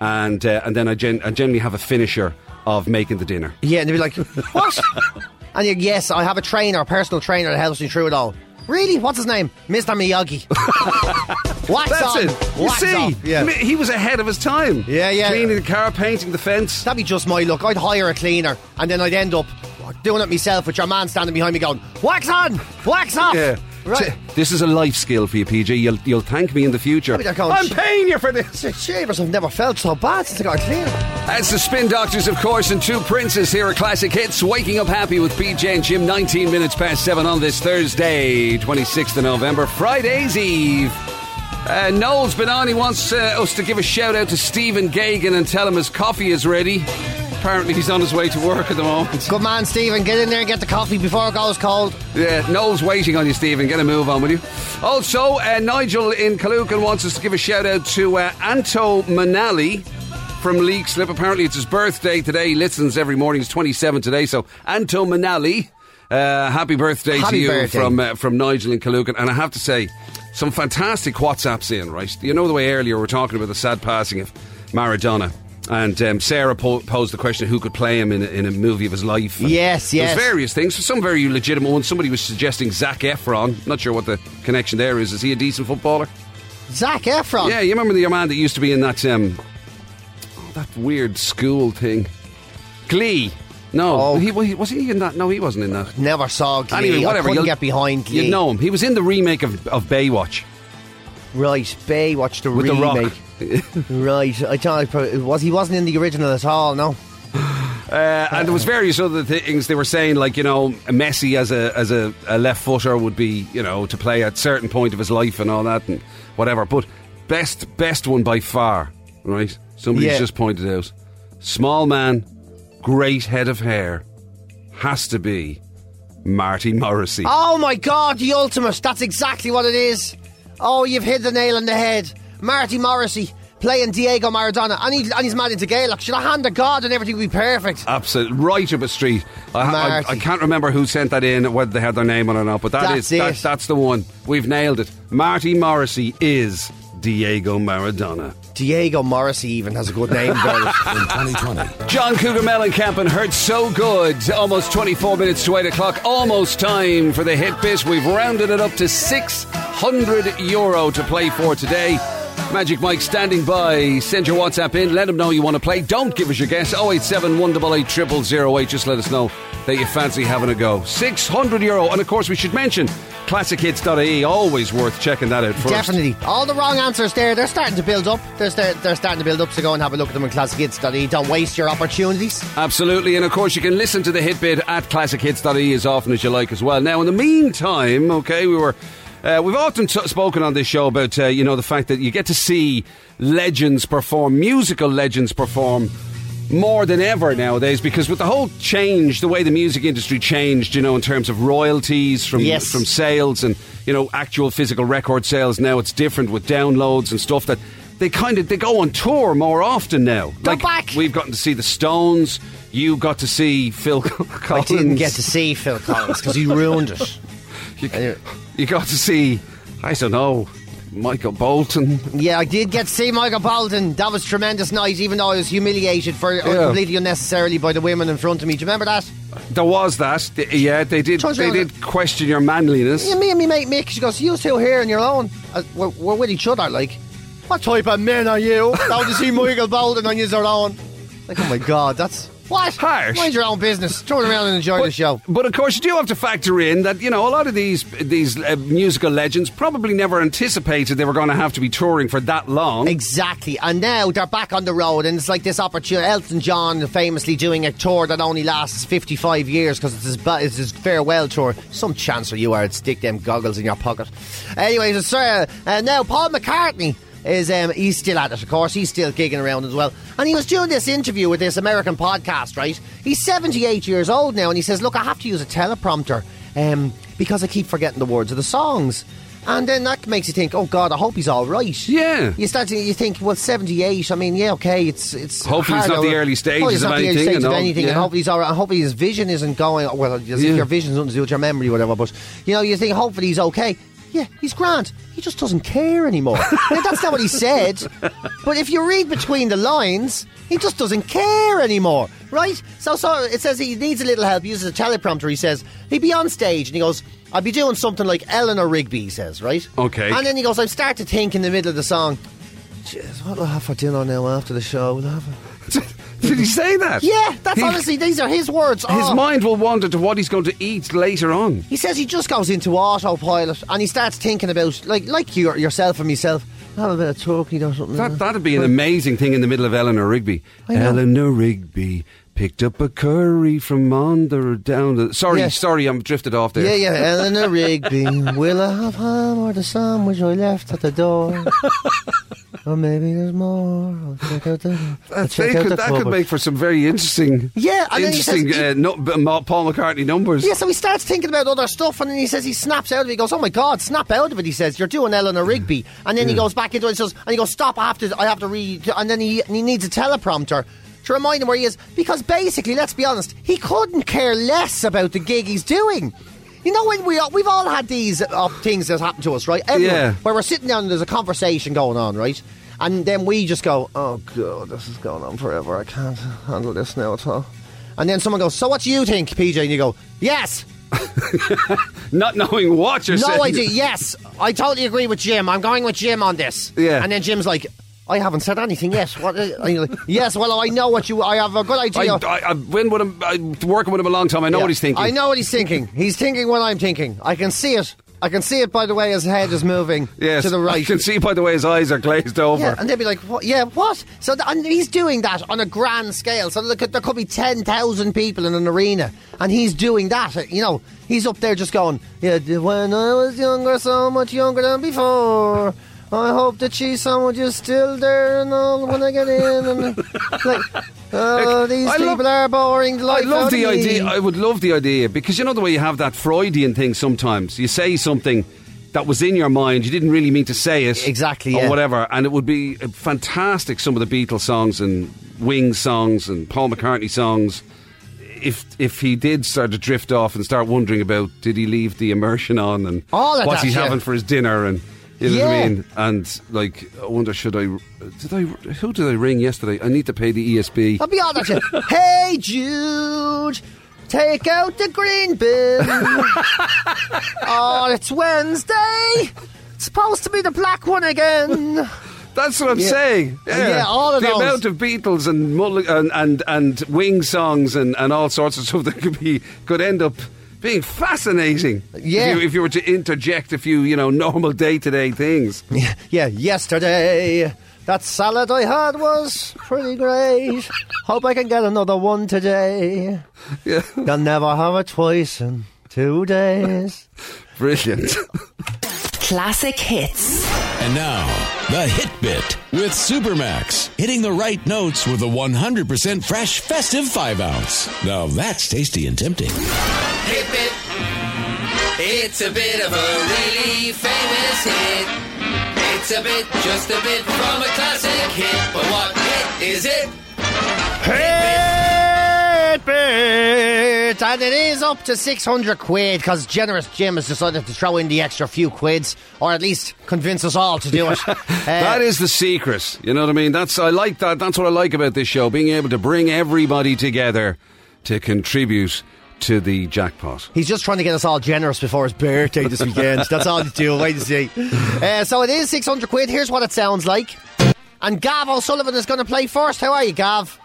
and uh, and then I, gen- I generally have a finisher of making the dinner.
Yeah, and they'd be like,
[laughs]
"What?" and you're, yes, I have a trainer, a personal trainer that helps me through it all. Really? What's his name? Mr.
[laughs]
Miyagi. Wax
That's
on.
it. You
Wax
see,
off. Yeah.
I mean, he was ahead of his time.
Yeah, yeah.
Cleaning the car, painting the fence.
That'd be just my luck. I'd hire a cleaner, and then I'd end up doing it myself with your man standing behind me going, "Wax on, wax off."
Yeah.
Right.
T- This is a life skill for you, PJ. You'll, you'll thank me in the future.
Maybe they're going,
I'm
"Sh-
paying you for this.
Shavers have never felt so bad since I got a cleaner.
That's the Spin Doctors, of course, and two princes here at Classic Hits. Waking up happy with PJ and Jim, 19 minutes past 7 on this Thursday, 26th of November, Friday's Eve. Uh, Noel's been on. He wants uh, us to give a shout out to Stephen Gagan and tell him his coffee is ready. apparently he's on his way to work at the moment.
Good man, Stephen. Get in there and get the coffee before it goes cold.
Yeah, Noel's waiting on you, Stephen. Get a move on, will you? Also, uh, Nigel in Kalukan wants us to give a shout out to uh, Anto Manali from League Slip. Apparently, it's his birthday today. He listens every morning. He's 27 today. So, Anto Manali, uh, happy birthday to
Happy
you
birthday.
from uh, from Nigel in Kalukan. And I have to say, some fantastic WhatsApps in, right? You know, the way earlier we are talking about the sad passing of Maradona. And um, Sarah po- posed the question who could play him in a, in a movie of his life. And
Yes,
there was
yes.
very various things. Some very legitimate ones. Somebody was suggesting Zach Efron. Not sure what the connection there is. Is he a decent footballer?
Zach Efron.
Yeah, you remember the man that used to be in that um, oh, that weird school thing, Glee. No,
Oh.
he, was he- was he in that? No, he wasn't in that.
Never saw Glee.
Anyway,
I
whatever.
couldn't
you'll-
get behind Glee.
You know him. He was in the remake of, of Baywatch
Right, Bay watched the
with
remake.
the Rock.
Right, I thought I probably, it was he wasn't in the original at all. No,
Uh, and there was various other things they were saying, like you know, Messi as a as a, a left footer would be you know to play at certain point of his life and all that and whatever. But best best one by far, right? Somebody's
Yeah.
just pointed out, small man, great head of hair, has to be Marty Morrissey.
Oh my god, the ultimate. That's exactly what it is. Oh, you've hit the nail on the head. Marty Morrissey playing Diego Maradona. And, he, and he's mad into Gaelic. Should I hand to God and everything would be perfect?
Absolutely right up a street. I, I,
Marty.
I can't remember who sent that in, whether they had their name on or not, but that
That's
is- that-
it.
that's the one. We've nailed it. Marty Morrissey is Diego Maradona.
Diego Morrissey even has a good
[laughs]
name about it.
In 2020,
John Cougar Mellencamp and Hurt So Good. Almost 24 minutes to 8 o'clock. Almost time for the hit bit. We've rounded it up to 600 euro to play for today. Magic Mike standing by. Send your WhatsApp in. Let him know you want to play. Don't give us your guess. 087 188 0008. Just let us know that you fancy having a go. 600 euro. And of course, we should mention classichits.ie. E. Always worth checking that out first.
Definitely. All the wrong answers there. They're starting to build up. They're, sta- they're starting to build up, so go and have a look at them in classickids.e. E. Don't waste your opportunities.
Absolutely, and of course you can listen to the hit bit at classichits.e E as often as you like as well. Now, in the meantime, okay, we were. Uh, we've often t- spoken on this show about uh, you know the fact that you get to see legends perform, musical legends perform more than ever nowadays because with the whole change, the way the music industry changed, you know, in terms of royalties from
Yes.
from sales and you know actual physical record sales. Now it's different with downloads and stuff that they kind of they go on tour more often now.
Go back.
We've gotten to see the Stones. You got to see Phil [laughs]
I
Collins.
didn't get to see Phil Collins because he ruined it.
You, you got to see, I don't know, Michael Bolton.
Yeah, I did get to see Michael Bolton. That was tremendous night, even though I was humiliated for completely unnecessarily by the women in front of me. Do you remember that?
There was that. Th- Yeah, they did.
Turns
They
around
did question your manliness.
Yeah, me and me mate Mick. She goes, "You two here on your own. Uh, we're, we're with each other. Like, what type of men are you?
[laughs]
Now to see Michael Bolton on your own. Like, oh my god, that's what?
Harsh.
Mind your own business. Turn around and enjoy the show.
But of course, you do have to factor in that you know a lot of these these uh, musical legends probably never anticipated they were going to have to be touring for that long.
Exactly. And now they're back on the road, and it's like this opportunity. Elton John famously doing a tour that only lasts 55 years because it's, his ba- it's his farewell tour. Some chance for you are to stick them goggles in your pocket. Anyways, it's, uh, uh, now Paul McCartney. Is um, he's still at it? Of course, he's still gigging around as well. And he was doing this interview with this American podcast, right? He's 78 years old now, and he says, "Look, I have to use a teleprompter um, because I keep forgetting the words of the songs." And then that makes you think, "Oh God, I hope he's all right."
Yeah.
You start to you think, well, seventy eight. I mean, yeah, okay, it's it's
Hopefully it's
hard
not the
over-
early stages
Hopefully it's
of
not the early
anything
stages
and
of
all,
anything, and
yeah.
hopefully he's all right. and Hopefully his vision isn't going. Well, as
Yeah.
if your vision's something to do with your memory, or whatever. But you know, you think hopefully he's okay. Yeah, he's grand. He just doesn't care anymore. [laughs] Now, that's not what he said. But if you read between the lines, he just doesn't care anymore, right? So, so it says he needs a little help. He uses a teleprompter. He says he'd be on stage and he goes, "I'd be doing something like Eleanor Rigby." He says, right?
Okay.
And then he goes, "I start to think in the middle of the song." Jeez, what do I have for dinner now after the show? Will I have a-
Did he say that?
Yeah, that's
He-
honestly, these are his words.
His
Oh.
mind will wander to what he's going to eat later on.
He says he just goes into autopilot and he starts thinking about, like like your, yourself and myself, have a bit of turkey or something.
That, that'd be an amazing thing in the middle of Eleanor Rigby.
I know.
Eleanor Rigby Picked up a curry from under down the. Sorry,
Yeah.
sorry, I'm drifted off there.
Yeah, yeah, Eleanor Rigby.
[laughs]
Will I have ham or the sandwich I left at
[laughs]
the door? or maybe there's more. I'll check out the, I'll
I
check
think
out the
that could
cupboard.
make for some very interesting,
Yeah, and then he
interesting
says-
uh, no, b- Ma- Paul McCartney numbers.
Yeah, so he starts thinking about other stuff, and then he says he snaps out of it. He goes, "Oh my God, snap out of it!" He says, "You're doing Eleanor Rigby," and then he goes back into it. And says, and he goes, "Stop! I have to, I have to read." And then he and he needs a teleprompter to remind him where he is because basically, let's be honest, he couldn't care less about the gig he's doing. You know when we all- we've all had these uh, things that happen to us, right? Everyone,
Yeah.
Where we're sitting down and there's a conversation going on, right? And then we just go, "Oh God, this is going on forever. I can't handle this now at all." And then someone goes, "So what do you think, PJ?" And you go,
[laughs]
"Yes."
Not knowing what you're saying.
No idea. Yes, I totally agree with Jim. I'm going with Jim on this.
Yeah.
And then Jim's like, I haven't said anything yet. What? uh," and you're like, yes. Well, I know what you. I have a good
I,
idea.
I, I've been with him, I, working with him a long time. I know
Yeah.
what he's thinking.
I know what he's thinking. He's thinking what I'm thinking. I can see it. I can see it by the way his head is moving
Yes,
to the
I
right.
can see by the way his eyes are glazed over.
Yeah, and they'd be like, what? yeah, what? So th- and he's doing that on a grand scale. So look, at- there could be 10,000 people in an arena, and he's doing that. uh, You know, he's up there just going, yeah, d- when I was younger, so much younger than before. I hope the cheese sandwich is still there and all when I get in. And
[laughs]
like, oh, these
I love-
people are boring. The
I
life out
love
of
the
me."
idea. I would love the idea because you know the way you have that Freudian thing sometimes. You say something that was in your mind, you didn't really mean to say it.
Exactly,
Or
yeah.
whatever. And it would be uh, fantastic, some of the Beatles songs and Wings songs and Paul McCartney songs. If if he did start to drift off and start wondering about did he leave the immersion on and
All of
what
Oh, that,
he's
yeah.
having for his dinner and you know what
Yeah.
I mean and like I wonder should I did I who did I ring yesterday I need to pay the E ESB
I'll be all [laughs] that shit. hey, Jude, take out the green [laughs] bin. oh, it's Wednesday. It's supposed to be the black one again.
That's what I'm
Yeah.
saying. Yeah,
Yeah, all of
the
those.
amount of Beatles and Mull- and and, and Wing songs and, and all sorts of stuff [laughs] that could be could end up being fascinating.
Yeah.
if you, if you were to interject a few, you know, normal day to day
[laughs]
things.
[laughs] yeah, yesterday. That salad I had was pretty great. Hope I can get another one today.
Yeah,
You'll never have it twice in two days.
brilliant.
Uh,
Classic hits.
And now, the Hit Bit with Supermax. Hitting the right notes with a 100% fresh festive 5 ounce. Now that's tasty and tempting.
Hip it. It's a bit of a really famous hit. It's a bit, just a bit from a classic hit. But what hit is it?
Headbit! And it is up to 600 quid because Generous Jim has decided to throw in the extra few quids, or at least convince us all
[laughs]
to do it. Uh,
that is the secret. You know what I mean? That's I like that. That's what I like about this show: being able to bring everybody together to contribute to the jackpot.
He's just trying to get us all generous before his birthday this weekend. That's all he's doing. Wait and
[laughs]
see. Uh, so it is 600 quid. Here's what it sounds like. And Gav O'Sullivan is going to play first. How are you, Gav?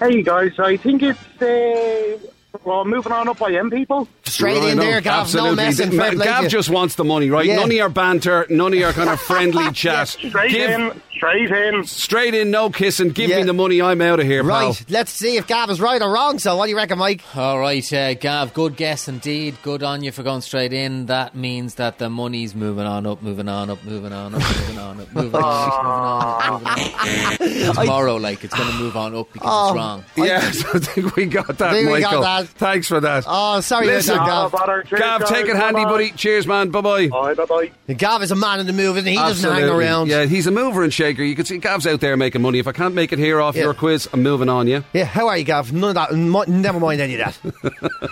Hey guys, I think it's uh, well moving on up by M people.
Straight
Right
in
on.
there, Gav.
Absolutely.
No messing. Fair play to
Gav
you.
just wants the money, right?
Yeah.
None of your banter, none of your kind of
[laughs]
friendly chat.
Straight
Give-
in, straight in.
Straight in, no kissing. Give
Yeah.
me the money. I'm out of here, pal.
Right, let's see if Gav is right or wrong. So, what do you reckon, Mike?
All right, uh, Gav, good guess indeed. Good on you for going straight in. That means that the money's moving on up, moving on up, moving on up, moving on up, moving on up, moving on up, moving on up. [laughs] Tomorrow, like, it's going to move on up because it's wrong.
[laughs] Yes, I think we got that,
Think we got
Michael.
that.
Thanks for that.
Oh, sorry, about
Listen,
that, Gav.
Oh, bother. Cheers,
Gav,
guys.
take it handy,
Bye-bye.
buddy. Cheers, man. Bye bye.
Bye bye bye.
Gav is a man in the move, and he doesn't hang around.
Yeah, he's a mover and shaker. You can see Gav's out there making money. If I can't make it here off
Yeah.
your quiz, I'm moving on, yeah?
Yeah, how are you, Gav? None of that. m- Never mind any of [laughs] that.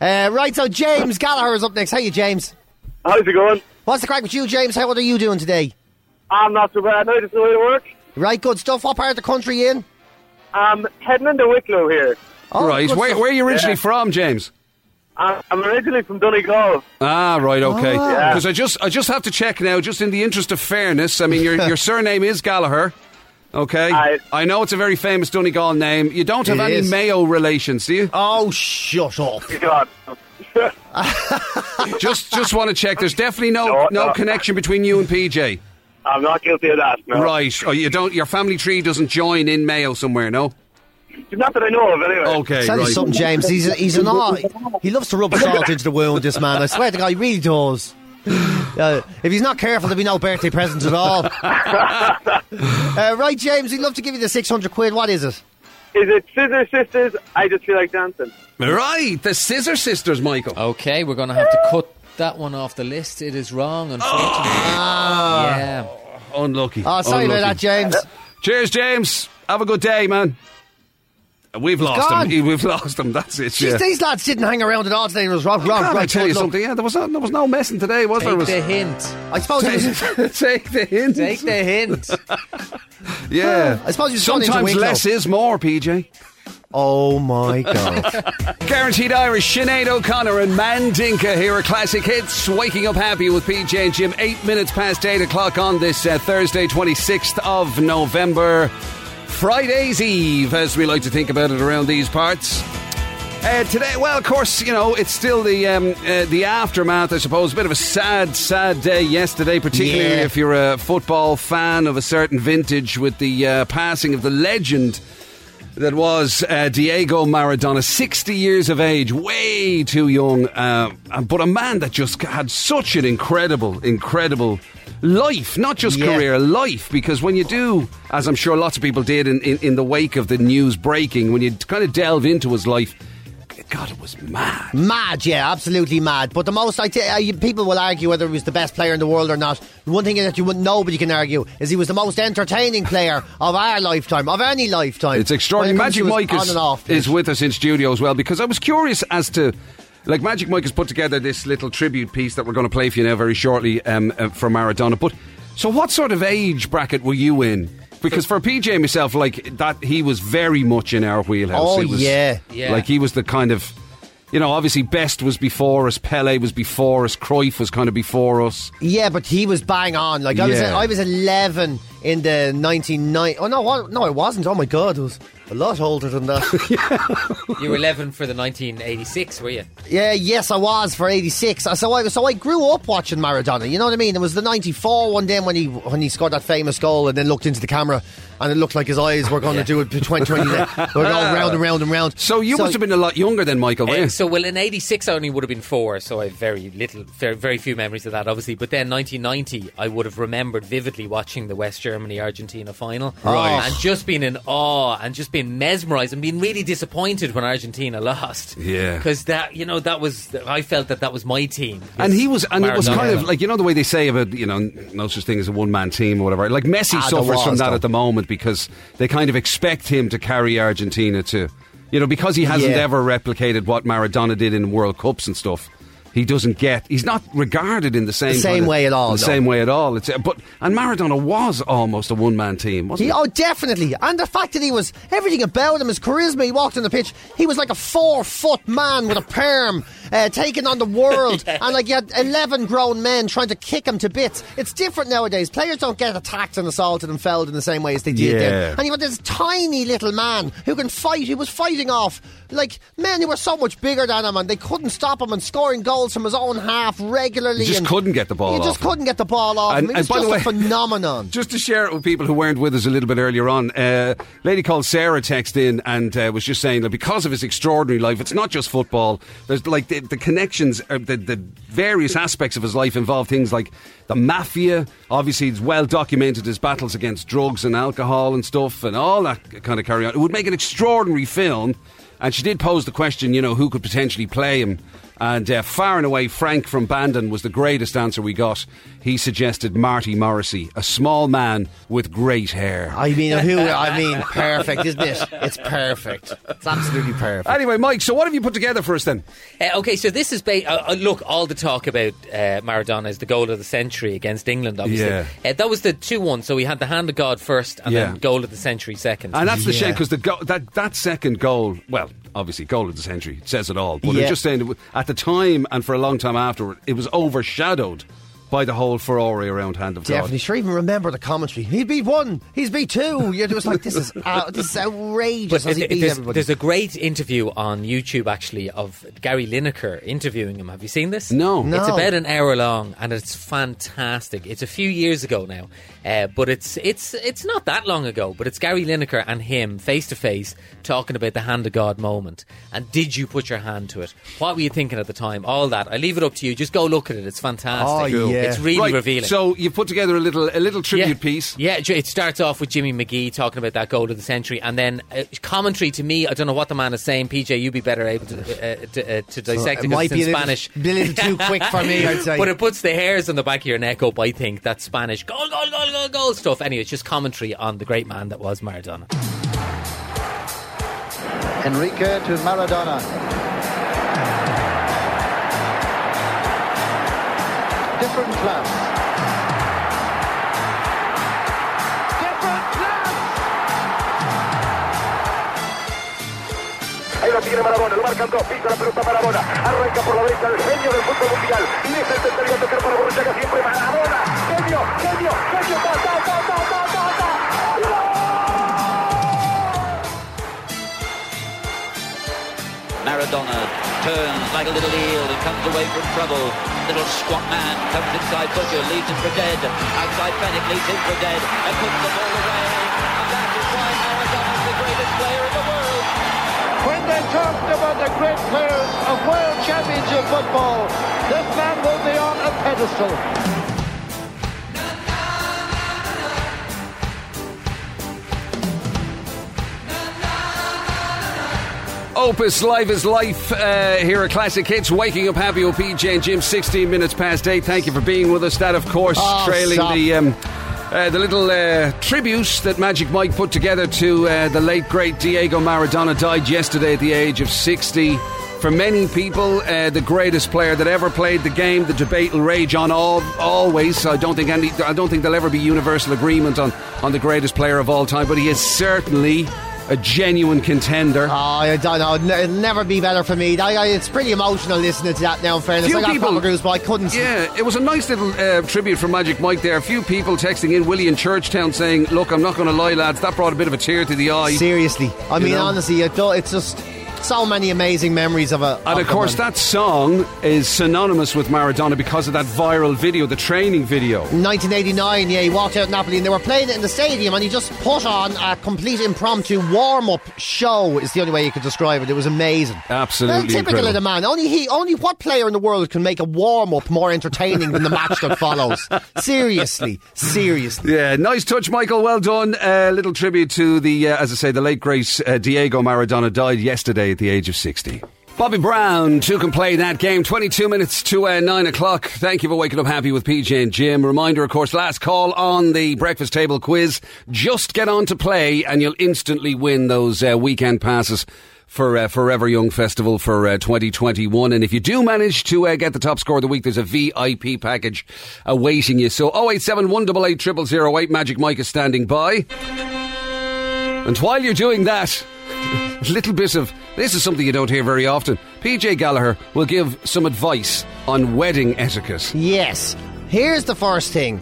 uh, right, so James Gallagher is up next. How you, James?
How's it going?
What's the crack with you, James? How what are you doing today?
I'm not so bad. I just the way to work.
Right, good stuff. What part of the country you in?
I'm heading into Wicklow here.
Oh,
right.
good
Where,
stuff.
where are you originally from, James?
I'm I'm originally from Donegal. [laughs]
Ah, right, okay.
Ah.
Yeah.
Because I just I just have to check now, just in the interest of fairness. I mean, your
[laughs]
your surname is Gallagher. Okay,
Aye.
I know it's a very famous Donegal name. You don't have
It
any
is.
Mayo relations, do you?
Oh, shut up.
God.
just just want to check. There's definitely no no,
No, no.
connection between you and PJ.
I'm not guilty of that. No.
Right? Oh, you don't. Your family tree doesn't join in Mayo somewhere. No.
Not that I know of, anyway.
Okay,
Tell you
right.
something, James. He's he's an aw- He loves to rub salt into the wound. This man, I swear to God, he really [sighs] does. Uh, if he's not careful, there'll be no birthday presents at [laughs] all. uh, right, James. We'd love to give you the six hundred quid. What is it?
Is it Scissor Sisters? I just feel like dancing.
Right, the Scissor Sisters, Michael.
Okay, we're going to have to cut that one off the list. It is wrong, unfortunately. yeah.
Unlucky.
Oh, sorry
Unlucky.
about that, James.
Cheers, James. Have a good day, man. We've lost
gone.
him. We've [laughs] lost him. That's it.
Jeez,
yeah.
these lads didn't hang around at all today. It was rock, rock,
God, I
rock.
tell you
good luck.
something. Yeah, there er was no, there was no messing today, was there?
Take the
It
hint.
I suppose it was,
was- [laughs] Take the hint.
Take the hint.
yeah.
I suppose you've gone into
sometimes
Wicklow.
less is more, PJ. [laughs]
Oh my God!
Guaranteed Irish, Sinead O'Connor and Mandinka here at Classic Hits. Waking up happy with PJ and Jim. Eight minutes past eight o'clock on this uh, Thursday, 26th of November. Friday's Eve, as we like to think about it around these parts. Uh, today, well, of course, you know it's still the um, uh, the aftermath, I suppose. A bit of a sad, sad day yesterday, particularly
Yeah.
if you're a football fan of a certain vintage, with the uh, passing of the legend that was uh, Diego Maradona, 60 years of age, way too young, uh, but a man that just had such an incredible, incredible life, not just
Yeah.
career, life. Because when you do, as I'm sure lots of people did in, in, in the wake of the news breaking, when you kind of delve into his life, God, it was mad.
mad, yeah, absolutely mad. But the most, I tell you, people will argue whether he was the best player in the world or not. One thing that you wouldn't, nobody can argue is he was the most entertaining player of our lifetime, of any lifetime.
It's extraordinary.
When it
Magic
comes to
Mike
his
is,
on and off.
is with us in studio as well because I was curious as to. Like Magic Mike has put together this little tribute piece that we're going to play for you now very shortly um, uh, for Maradona. But so, what sort of age bracket were you in? Because for PJ myself, like that, he was very much in our wheelhouse.
Oh,
It was-
yeah.
Yeah.
Like he was the kind of, you know, obviously Best was before us, Pele was before us, Cruyff was kind of before us.
yeah, but he was bang on. Like I was,
Yeah.
I was eleven in the nineteen ninety. Oh no, what? no, I wasn't. Oh my God, it was a lot older than that. [laughs]
You were 11 for the 1986, were you?
Yeah, yes, I was for '86. So I so I grew up watching Maradona. You know what I mean? It was the '94 one then when he when he scored that famous goal and then looked into the camera and it looked like his eyes were going
Yeah.
to do it to 2020. We're going round and round and round.
[laughs] So you must have been a lot younger than Michael. were
Uh,
you?
so, well, in '86, I only would have been four, so I have very little, very, very few memories of that, obviously. But then 1990, I would have remembered vividly watching the West Germany Argentina final,
Right.
And just being in awe, and just being mesmerised, and being really disappointed when Argentina [laughs] lost.
Yeah.
because that, you know, that was I felt that that was my team,
And he was, and it was
Maradona.
kind of like you know the way they say about you know no such thing as a one man team or whatever. Like Messi
Ah, there
suffers from
was,
that
though.
at the moment because they kind of expect him to carry Argentina to, you know, because he hasn't
Yeah.
ever replicated what Maradona did in World Cups and stuff. He doesn't get. He's not regarded in the same
The same
kind of-
way at all,
The
though.
same way at all. It's but and Maradona was almost a one man team, wasn't he?
He, oh, definitely. And the fact that he was everything about him, his charisma, he walked on the pitch. He was like a four foot man with a perm uh, taking on the
[laughs]
world. And like you had 11 grown men trying to kick him to bits. It's different nowadays. Players don't get attacked and assaulted and felled in the same way as they did
Yeah.
then. And you had this tiny little man who can fight, who was fighting off like men who were so much bigger than him and they couldn't stop him and scoring goals from his own half regularly.
He just
and
couldn't get the ball
He
off
just
him.
couldn't get the ball off
And-
him.
and
He was
by the
just
way-
a phenomenon.
Just to share it with people who weren't with us a little bit earlier on, uh, a lady called Sarah texted in and uh, was just saying that because of his extraordinary life, it's not just football. There's like the, the connections, uh, the, the various aspects of his life involve things like the mafia. Obviously, it's well documented his battles against drugs and alcohol and stuff and all that kind of carry on. It would make an extraordinary film. And she did pose the question, you know, who could potentially play him. And uh, far and away, Frank from Bandon was the greatest answer we got. He suggested Marty Morrissey, a small man with great hair.
I mean, who? I mean, perfect, isn't it? It's perfect. It's absolutely perfect.
Anyway, Mike, so what have you put together for us then?
Uh, okay, so this is ba- uh, uh, look all the talk about uh, Maradona as the goal of the century against England. Obviously,
Yeah.
uh, that was the two one. So he had the hand of God first, and
Yeah.
then goal of the century second.
And that's the
Yeah.
shame because the go- that that second goal, well, obviously goal of the century it says it all. But
Yeah.
I'm just saying, it wa- at the time and for a long time afterward, it was overshadowed by the whole Ferrari around Hand of
Definitely. Sure, even remember the commentary. He'd beat one. He's beat two. It was like
[laughs]
this is out, this is outrageous.
But
As he
th-
beat
there's,
everybody.
there's a great interview on YouTube actually of Gary Lineker interviewing him. Have you seen this?
No. No.
It's about an hour long and it's fantastic. It's a few years ago now, uh, but it's it's it's not that long ago. But it's Gary Lineker and him face to face talking about the hand of God moment. And did you put your hand to it? What were you thinking at the time? All that. I leave it up to you. Just go look at it. It's fantastic.
Oh, yeah.
It's really
right,
revealing.
So you put together a little a little tribute piece.
Yeah, ju- it starts off with Jimmy McGee talking about that goal of the century, and then uh, commentary to me. I don't know what the man is saying. PJ, you'd be better able to uh, to, uh, to dissect
it
it, 'cause
might
it's
be a
in
little,
Spanish.
be a little too quick for me. I'd say.
[laughs] But it puts the hairs on the back of your neck up, I think, that Spanish goal, goal, goal, goal, goal stuff. Anyway, it's just commentary on the great man that was Maradona.
Enrique to Maradona. Different clubs. Different clubs.
Ahí la tiene Marabona, lo marcan dos, pisa la pelota Marabona, arranca por la derecha el genio del fútbol mundial, y es el tercero a tocar para Borruchaga siempre Marabona, genio, genio, genio, ta, ta, ta, ta, ta, ta, ta.
Maradona turns like a little eel and comes away from trouble. Little squat man comes inside Butcher, leaves him for dead. Outside Fennec leaves him for dead and puts the ball away. And that is why Maradona is the greatest player in the world.
When they talked about the great players of world championship football, this man will be on a pedestal.
Opus Live is Life uh, here at Classic Hits. Waking up happy with PJ and Jim, 16 minutes past 8. Thank you for being with us. That, of course,
Oh,
trailing
stop.
the. Um, uh, the little uh, tribute that Magic Mike put together to uh, the late great Diego Maradona died yesterday at the age of 60. For many people, uh, the greatest player that ever played the game. The debate will rage on all always. I don't think any. I don't think there'll ever be universal agreement on on the greatest player of all time. But he is certainly a genuine contender.
Oh, I don't know. N- It'll never be better for me. I, I, it's pretty emotional listening to that now, in fairness.
Few
I got
people-
proper goosebumps, but I couldn't.
Yeah, it was a nice little uh, tribute from Magic Mike there. A few people texting in, Willie in Churchtown saying, Look, I'm not going to lie, lads, that brought a bit of a tear to the eye.
Seriously. I
You
mean,
know?
honestly, it do, it's just so many amazing memories of a.
And of
the
course,
man.
that song is synonymous with Maradona because of that viral video, the training video.
1989, yeah, he walked out Napoli and they were playing it in the stadium and he just put on a complete impromptu warm up show, is the only way you could describe it. It was amazing.
Absolutely
Well, typical
incredible.
of the man. Only he, only what player in the world can make a warm up more entertaining than the match
[laughs]
that follows? Seriously. Seriously.
Yeah, nice touch, Michael. Well done. A little tribute to the, uh, as I say, the late great uh, Diego Maradona died yesterday at the age of 60. Bobby Brown, two can play that game. 22 minutes to uh, 9 o'clock. Thank you for waking up happy with PJ and Jim. Reminder, of course, last call on the breakfast table quiz. Just get on to play and you'll instantly win those uh, weekend passes for uh, Forever Young Festival for uh, 2021. And if you do manage to uh, get the top score of the week, there's a VIP package awaiting you. So 087 188 0008, Magic Mike is standing by. And while you're doing that, [laughs] a little bit of this is something you don't hear very often. PJ Gallagher will give some advice on wedding etiquette.
Yes. Here's the first thing.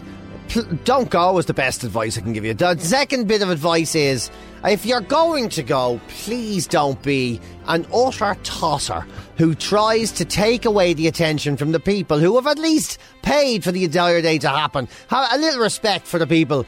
Pl- Don't go is the best advice I can give you. The second bit of advice is if you're going to go, please don't be an utter tosser who tries to take away the attention from the people who have at least paid for the entire day to happen. Have a little respect for the people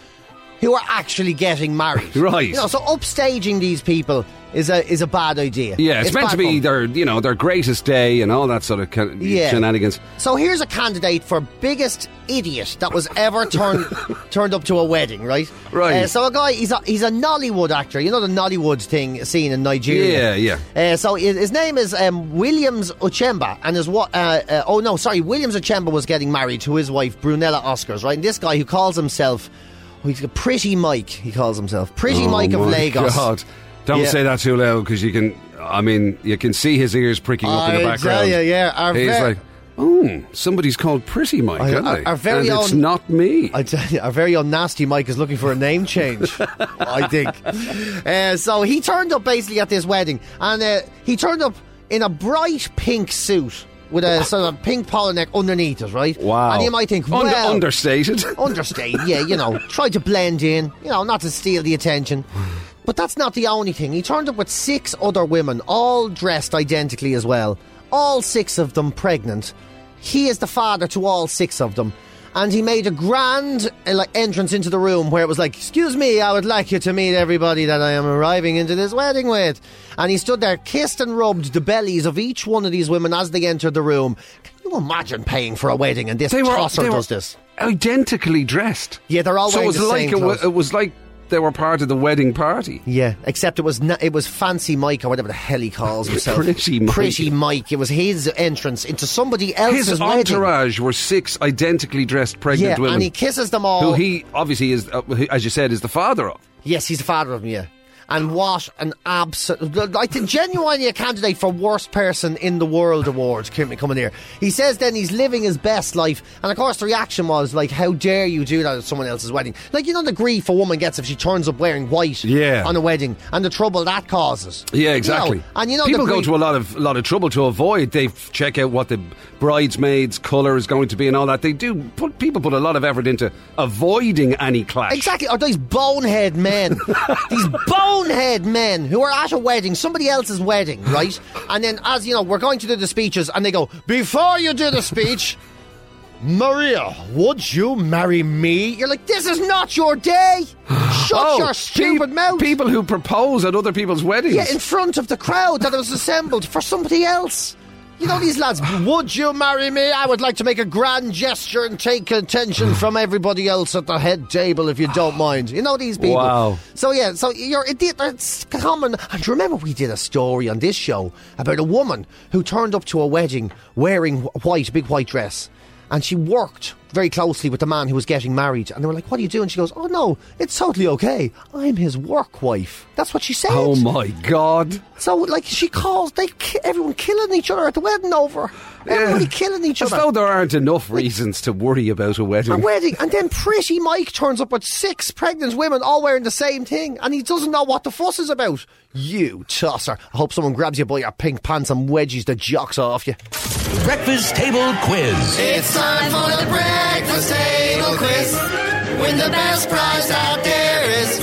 who are actually getting
[laughs]
married.
Right.
You know, so upstaging these people is a is a bad idea.
Yeah, it's, meant
bad
to be
fun.
their, you know, their greatest day and all that sort of kind of shenanigans.
So here's a candidate for biggest idiot that was
[laughs]
ever turned turned up to a wedding, right?
Right.
Uh, so a guy, he's a, he's a Nollywood actor. You know the Nollywood thing seen in Nigeria.
Yeah,
Uh, so his, his name is um, Williams Ochemba, and his what? Uh, uh, oh no, sorry, Williams Ochemba was getting married to his wife Brunella Oscars, right? And this guy who calls himself. oh, He's a pretty Mike, he calls himself. Pretty
Oh
Mike of
my
Lagos.
God. Don't
Yeah.
say that too loud because you can. I mean, you can see his ears pricking up in the
I tell
background.
you, yeah, our
he's
ver-
like, "Oh, somebody's called Pretty Mike,
I-
haven't
our-
they?
our very
and it's
own-
not me."
I tell you, our very own nasty Mike is looking for a name change.
[laughs]
I think. Uh, so he turned up basically at this wedding, and uh, he turned up in a bright pink suit with a sort of pink polo neck underneath it, right?
Wow.
And you might think,
Under-
well,
understated.
[laughs]
[laughs]
understated, yeah, you know, try to blend in, you know, not to steal the attention. But that's not the only thing. He turned up with six other women, all dressed identically as well, all six of them pregnant. He is the father to all six of them. And he made a grand uh, like, entrance into the room where it was like, Excuse me, I would like you to meet everybody that I am arriving into this wedding with. And he stood there, kissed and rubbed the bellies of each one of these women as they entered the room. Can you imagine paying for a wedding and this
They were-
tosser
they were-
does this?
Identically dressed.
Yeah, they're all
so it
wearing
was
the
like
same
it, wa-
clothes.
it was like they were part of the wedding party.
Yeah, except it was na it was Fancy Mike or whatever the hell
[laughs]
he calls himself.
Pretty Mike.
Pretty Mike. It was his entrance into somebody else's
His
wedding.
entourage were six identically dressed pregnant
Yeah,
women.
and he kisses them all.
Who he obviously is, uh, who- as you said, is the father of.
Yes, he's the father of them. Yeah, and what an absolute! Like the genuinely a candidate for worst person in the world award. Kimmy coming here. He says then he's living his best life, and of course the reaction was like, "How dare you do that at someone else's wedding?" Like you know the grief a woman gets if she turns up wearing white
Yeah.
on a wedding, and the trouble that causes.
Yeah, exactly.
You know, and you know the
people go
grief-
to a lot of lot of trouble to avoid. They f- check out what the bridesmaid's color is going to be and all that. They do put people put a lot of effort into avoiding any clash.
Exactly. Are these bonehead men? these bonehead men who are at a wedding, somebody else's wedding, right? And then, as you know, we're going to do the speeches, and they go, Before you do the speech, Maria, would you marry me? You're like, This is not your day. Shut
Oh,
your stupid mouth.
People who propose at other people's weddings.
Yeah, in front of the crowd that was assembled for somebody else. You know
[sighs]
these lads. Would you marry me? I would like to make a grand gesture and
[sighs]
take attention from everybody else at the head table, if you don't mind. You know these people.
Wow.
So yeah, so you're it, did- it's common. And remember, we did a story on this show about a woman who turned up to a wedding wearing wh- white, big white dress. And she worked very closely with the man who was getting married. And they were like, What are you doing? She goes, Oh, no, it's totally okay. I'm his work wife. That's what she said.
Oh my God!
So, like, she calls, they ki- everyone killing each other at the wedding over. Everybody killing each
As
other.
though there aren't enough reasons to worry about a wedding.
A wedding, and then Pretty Mike turns up with six pregnant women all wearing the same thing, and he doesn't know what the fuss is about. You tosser! I hope someone grabs you by your pink pants and wedgies the jocks off you.
Breakfast table quiz.
time for the breakfast table quiz. Win the best prize out there is.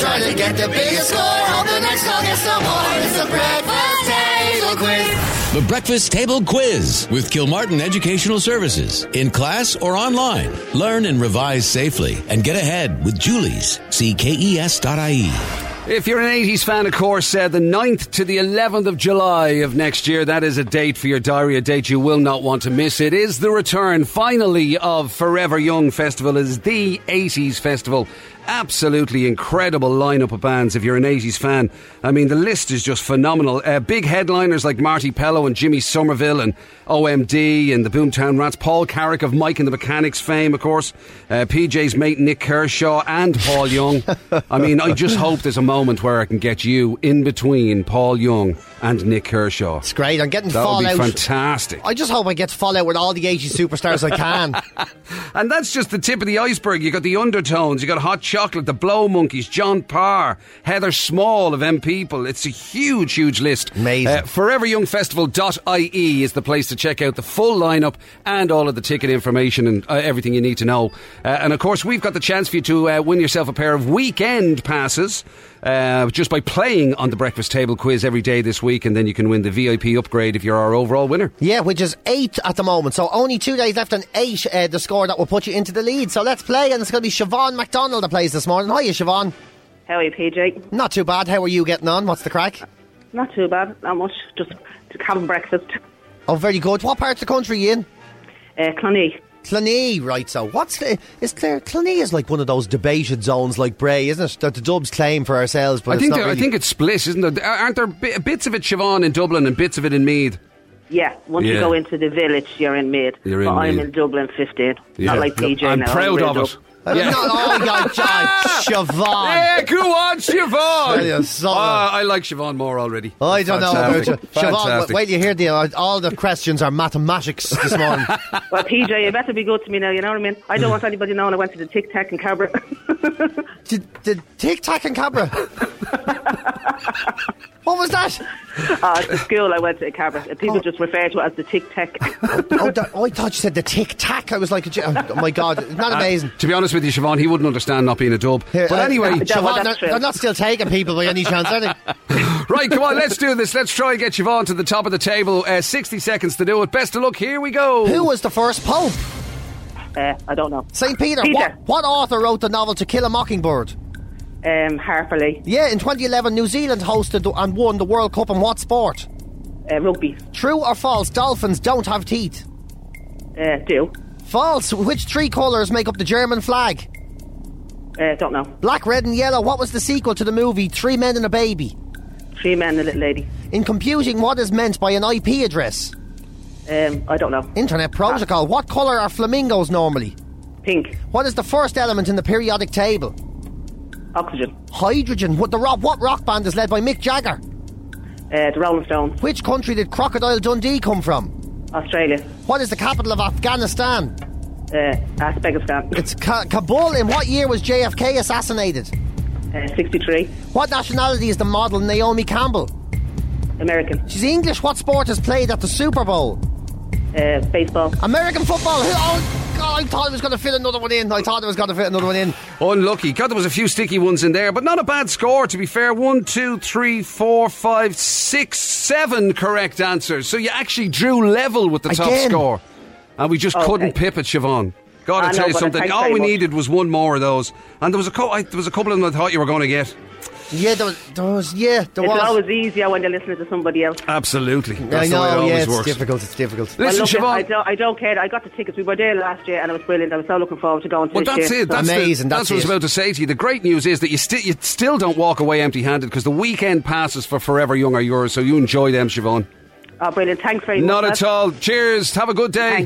Try to get the biggest score. Hope the next call gets the award. It's the breakfast table quiz.
The Breakfast Table Quiz with Kilmartin Educational Services. In class or online, learn and revise safely and get ahead with Julie's. E See KES.ie.
If you're an 80s fan, of course, uh, the 9th to the 11th of July of next year, that is a date for your diary, a date you will not want to miss. It is the return, finally, of Forever Young Festival. It is the 80s festival. Absolutely incredible lineup of bands if you're an 80s fan. I mean, the list is just phenomenal. Uh, big headliners like Marty Pello and Jimmy Somerville and OMD and the Boomtown Rats. Paul Carrick of Mike and the Mechanics fame, of course. Uh, PJ's mate Nick Kershaw and Paul Young. I mean, I just hope there's a moment where I can get you in between Paul Young and Nick Kershaw. It's
great. I'm getting
that
Fallout.
would be fantastic.
I just hope I get to fall out with all the 80s superstars
[laughs]
I can.
And that's just the tip of the iceberg. You got the undertones, you got Hot Chocolate, the Blow Monkeys, John Parr, Heather Small of M People. It's a huge, huge list. Amazing. Uh, ForeverYoungFestival.ie E is the place to check out the full lineup and all of the ticket information and uh, everything you need to know. Uh, and of course, we've got the chance for you to uh, win yourself a pair of weekend passes uh, just by playing on the breakfast table quiz every day this week, and then you can win the VIP upgrade if you're our overall winner.
yeah, which is eight at the moment. So only two days left and eight uh, the score that will put you into the lead. So let's play, and it's going to be Siobhan McDonald that plays this morning. Hiya, Siobhan.
How are you, PJ?
Not too bad. How are you getting on? What's the crack?
Not too bad, not much. Just having breakfast.
Oh, very good. What part of the country are you in?
Uh, Clonee.
Clonee, right. So what's... the- Is Clare, Clonee is like one of those debated zones like Bray, isn't it? That the Dubs claim for ourselves, but
I
it's
think
not
there- I
really-
think it's split, isn't there? Aren't there bi- bits of it Siobhan in Dublin and bits of it in Meath?
Yeah, once
Yeah.
you go into the village, you're in Mead.
You're in
but I'm
Meath.
in Dublin 15.
Yeah.
Not like PJ
I'm
now.
proud
I'm
of
raised
it.
Oh,
up.
Yeah. Not
all
[laughs]
your Siobhan.
Yeah, go on, Siobhan.
Brilliant, son.
Ah, I like Siobhan more already.
I don't know
Fantastic.
about you. Siobhan, wait,
Fantastic.
wait till you hear the, uh, all the questions are mathematics
[laughs]
this morning.
well, PJ, you better be good to me now, you know what I mean? I don't want anybody knowing I went to the Tic Tac and [laughs] Cabra.
did, did Tic Tac and Cabra? What was that?
Oh, it's the school I went to in Cabra. And People just refer to it as the Tic Tac.
oh, that, oh, I thought you said the tic tac. I was like, a ge- oh my god, isn't that
Uh,
amazing?
to be honest with you, Siobhan, he wouldn't understand not being a dub. but
Uh,
anyway,
Siobhan, they're, they're not still taking people by any chance, are they?
right, come on, let's do this. Let's try and get Siobhan to the top of the table. Uh, 60 seconds to do it. Best of luck. Here we go.
Who was the first pope?
Uh, I don't know.
St. Peter.
Peter.
What, what author wrote the novel To Kill a Mockingbird?
Um, Harper Lee.
Yeah, in 2011, New Zealand hosted the- and won the World Cup in what sport?
Uh, rugby.
True or false? Dolphins don't have teeth.
Uh, do.
False. Which three colours make up the German flag?
Uh, don't know.
Black, red, and yellow. What was the sequel to the movie Three Men and a Baby?
Three men and a little lady.
In computing, what is meant by an IP address?
Um, I don't know.
Internet protocol. What colour are flamingos normally?
Pink.
What is the first element in the periodic table?
Oxygen.
Hydrogen. What the rock? What rock band is led by Mick Jagger?
Uh, the Rolling Stone.
Which country did Crocodile Dundee come from?
Australia.
What is the capital of Afghanistan?
Uh, Uzbekistan.
It's Ka- Kabul. In what year was JFK assassinated?
Uh, 63.
What nationality is the model Naomi Campbell?
American.
She's English. What sport is played at the Super Bowl?
Uh, baseball.
American football. Who- Oh, God, I thought I was going to fit another one in. I thought I was going to fit another one in.
Unlucky. God, there was a few sticky ones in there, but not a bad score, to be fair. One, two, three, four, five, six, seven correct answers. So you actually drew level with the top
Again.
score. And we just
Okay.
couldn't pip it, Siobhan. Gotta
Oh, I
tell
know,
you
but
something.
thanks
All
very
we
much.
needed was one more of those. And there was a, co- I, there was a couple of them I thought you were going to get.
Yeah, there was. There was yeah, there
it's
was.
always easier when you're listening to somebody else.
Absolutely.
I
That's the way it
know.
always
Yeah, it's
works.
difficult. It's difficult.
Listen,
I love it.
Siobhan.
I don't, I don't care. I got the tickets. We were there last year, and it was brilliant. I was so looking forward to going to
Well,
this
that's
year.
it. That's the- That's, what I was about to say to you. The great news is that you, sti- you still don't walk away empty-handed because the weekend passes for Forever Young or yours, so you enjoy them, Siobhan.
Oh, Uh, brilliant. Thanks very
Not
much.
at all. Cheers. Have a good day.